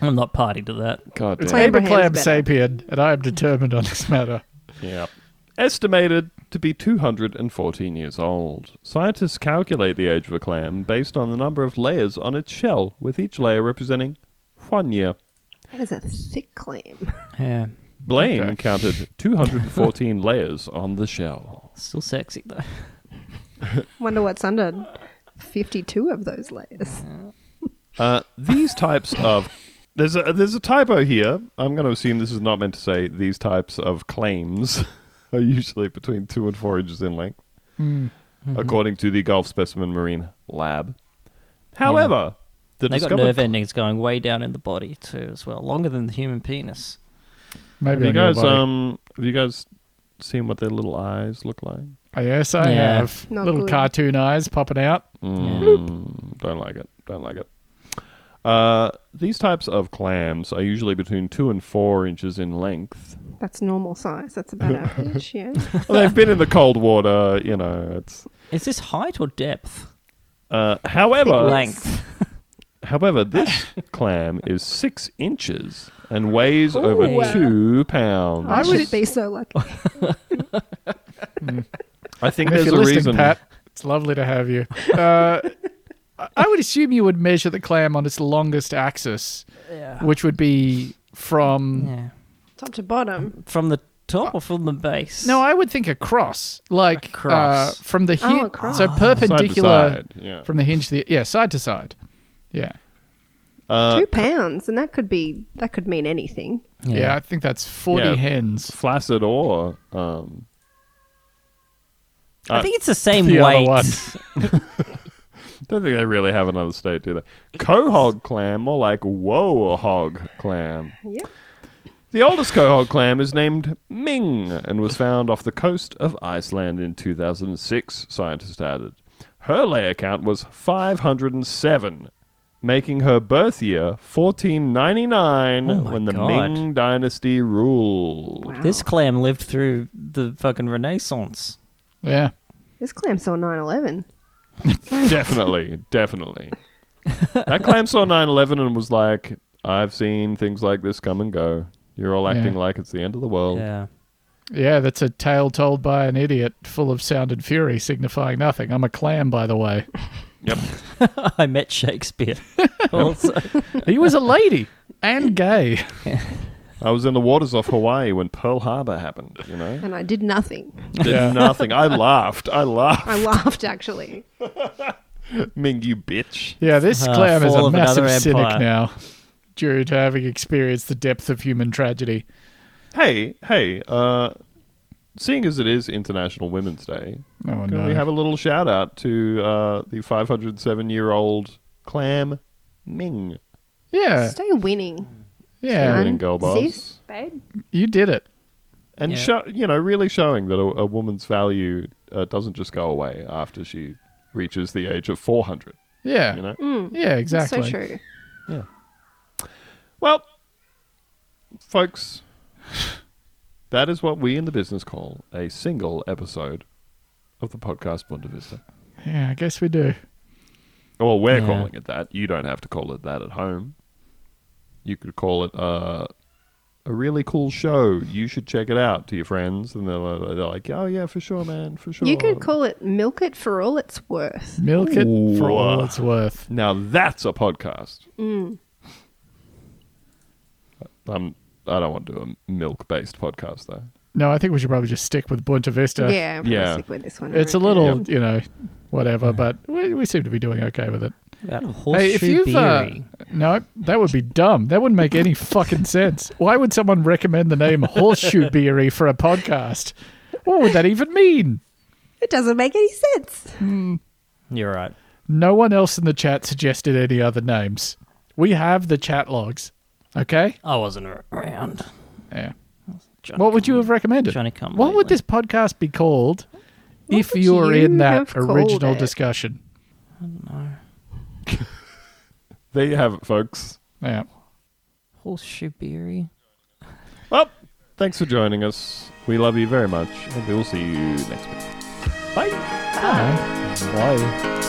S4: I'm not party to that.
S3: God damn.
S1: Clam-
S2: Clamber
S1: Abraham's
S2: Clam
S1: better.
S2: Sapien, and I am determined on this matter.
S3: Yeah. Estimated to be 214 years old. Scientists calculate the age of a clam based on the number of layers on its shell, with each layer representing one year.
S1: That is a thick clam.
S4: Yeah,
S3: Blaine counted 214 (laughs) layers on the shell.
S4: still sexy though.
S1: Wonder what's under 52 of those layers.
S3: Uh, these types of there's a there's a typo here. I'm going to assume this is not meant to say these types of claims (laughs) are usually between two and four inches in length,
S4: Mm-hmm.
S3: according to the Gulf Specimen Marine Lab. However, the
S4: They got
S3: discovered-
S4: nerve endings going way down in the body too, as well, longer than the human penis.
S2: Maybe
S3: have you
S2: on your
S3: guys
S2: body.
S3: um have you guys seen what their little eyes look like?
S2: Oh, yes, I
S4: Yeah.
S2: have
S1: Not
S2: little
S1: good.
S2: cartoon eyes popping out.
S3: Mm, don't like it. Don't like it. Uh, these types of clams are usually between two and four inches in length.
S1: That's normal size. That's about average, yeah.
S3: Well, they've been in the cold water, you know. It's
S4: Is this height or depth?
S3: uh, however,
S4: Length.
S3: however, this clam is six inches and weighs over
S1: Ooh.
S3: two pounds.
S1: I would be so lucky.
S3: I think
S2: And if
S3: there's
S2: you're
S3: a
S2: listening,
S3: reason.
S2: Pat, it's lovely to have you. Uh, I- I would assume you would measure the clam on its longest axis,
S4: Yeah.
S2: which would be from.
S4: yeah.
S1: Top to bottom.
S4: From the top or from the base?
S2: No, I would think across, like
S4: Across.
S2: Uh, from the
S1: Oh,
S2: hinge,
S1: across.
S2: so
S1: Side
S2: perpendicular
S3: side, yeah.
S2: from the hinge, to the yeah, side to side, yeah.
S1: Two pounds, and that could be that could mean anything.
S2: Yeah, I think that's 40
S3: Yeah.
S2: hens.
S3: Flaccid or um,
S4: I think it's the same
S2: Uh, the other
S4: weight.
S2: one.
S3: don't think they really have another state, do they? Cohog clam, more like whoa hog clam.
S1: Yep.
S3: The oldest cohog clam is named Ming and was found off the coast of Iceland in 2006, scientists added. Her layer count was 507, making her birth year 1499
S4: Oh my
S3: when the
S4: God.
S3: Ming dynasty ruled.
S4: (laughs) This clam lived through the fucking Renaissance.
S2: Yeah.
S1: This clam saw 9/11.
S3: definitely, definitely. That clam saw 9 11 and was like, I've seen things like this come and go. You're all
S2: Yeah.
S3: acting like it's the end of the world.
S4: Yeah.
S2: Yeah, that's a tale told by an idiot full of sound and fury, signifying nothing. I'm a clam, by the way.
S4: (laughs) I
S2: (laughs)
S4: met Shakespeare. also.
S2: He was a lady and gay.
S3: I was in the waters off Hawaii when Pearl Harbor happened,
S2: (laughs)
S3: you know?
S1: And I did nothing.
S3: Did
S2: Yeah.
S3: nothing. I laughed. I laughed. (laughs)
S1: I (laughs) laughed actually.
S3: Ming, you bitch.
S2: Yeah, this
S4: Uh,
S2: clam is
S4: fall
S2: a
S4: of
S2: massive
S4: another
S2: cynic
S4: empire.
S2: now, due to having experienced the depth of human tragedy.
S3: Hey, hey, uh, seeing as it is International Women's Day,
S2: Oh, No one
S3: can
S2: knows.
S3: we have a little shout out to uh, the 507 year old clam Ming?
S2: yeah,
S1: Stay winning.
S2: yeah,
S3: Winning
S1: Son,
S3: gold bars.
S1: sis, babe.
S2: you did it.
S3: And,
S4: Yeah.
S3: sho- you know, really showing that a, a woman's value uh, doesn't just go away after she reaches the age of 400,
S2: Yeah,
S3: you know?
S2: yeah,
S1: That's
S2: exactly.
S1: So true.
S3: Well, folks, that is what we in the business call a single episode of the podcast Buena Vista.
S2: Yeah, I guess we do.
S3: Well, we're
S4: Yeah.
S3: calling it that. You don't have to call it that at home. You could call it uh, a really cool show. You should check it out to your friends, and they're, li- they're like, "Oh yeah, for sure, man, for sure."
S1: You could call it milk it for all it's worth.
S2: Milk it for all
S3: Ooh.
S2: it's worth.
S3: now that's a podcast. Um, I don't want to do a milk-based podcast though.
S2: No, I think we should probably just stick with Buena Vista.
S1: yeah, I'm
S3: yeah.
S1: yeah. stick with this one. I
S2: Uh, It's a
S1: reckon.
S2: little, you know, whatever, but we, we seem to be doing okay with it.
S4: About
S2: Hey, if
S4: horseshoe
S2: you've uh,
S4: beery.
S2: no, that would be dumb. That wouldn't make any fucking sense. Why would someone recommend the name Horseshoe Beery for a podcast? What would that even mean?
S1: It doesn't make any sense.
S4: You're right.
S2: No one else in the chat suggested any other names. We have the chat logs. Okay?
S4: I wasn't around.
S2: Yeah.
S4: Johnny
S2: What would you have recommended?
S4: Johnny come
S2: what would
S4: lately.
S2: this podcast be called if
S1: would
S2: you were in
S1: you
S2: that
S1: have called
S2: original
S1: it?
S2: discussion?
S3: There you have it, folks.
S2: Yeah.
S4: Horseshoe beery.
S3: Well, thanks for joining us. We love you very much, and we will see you next week. Bye.
S2: Alright.
S3: Bye.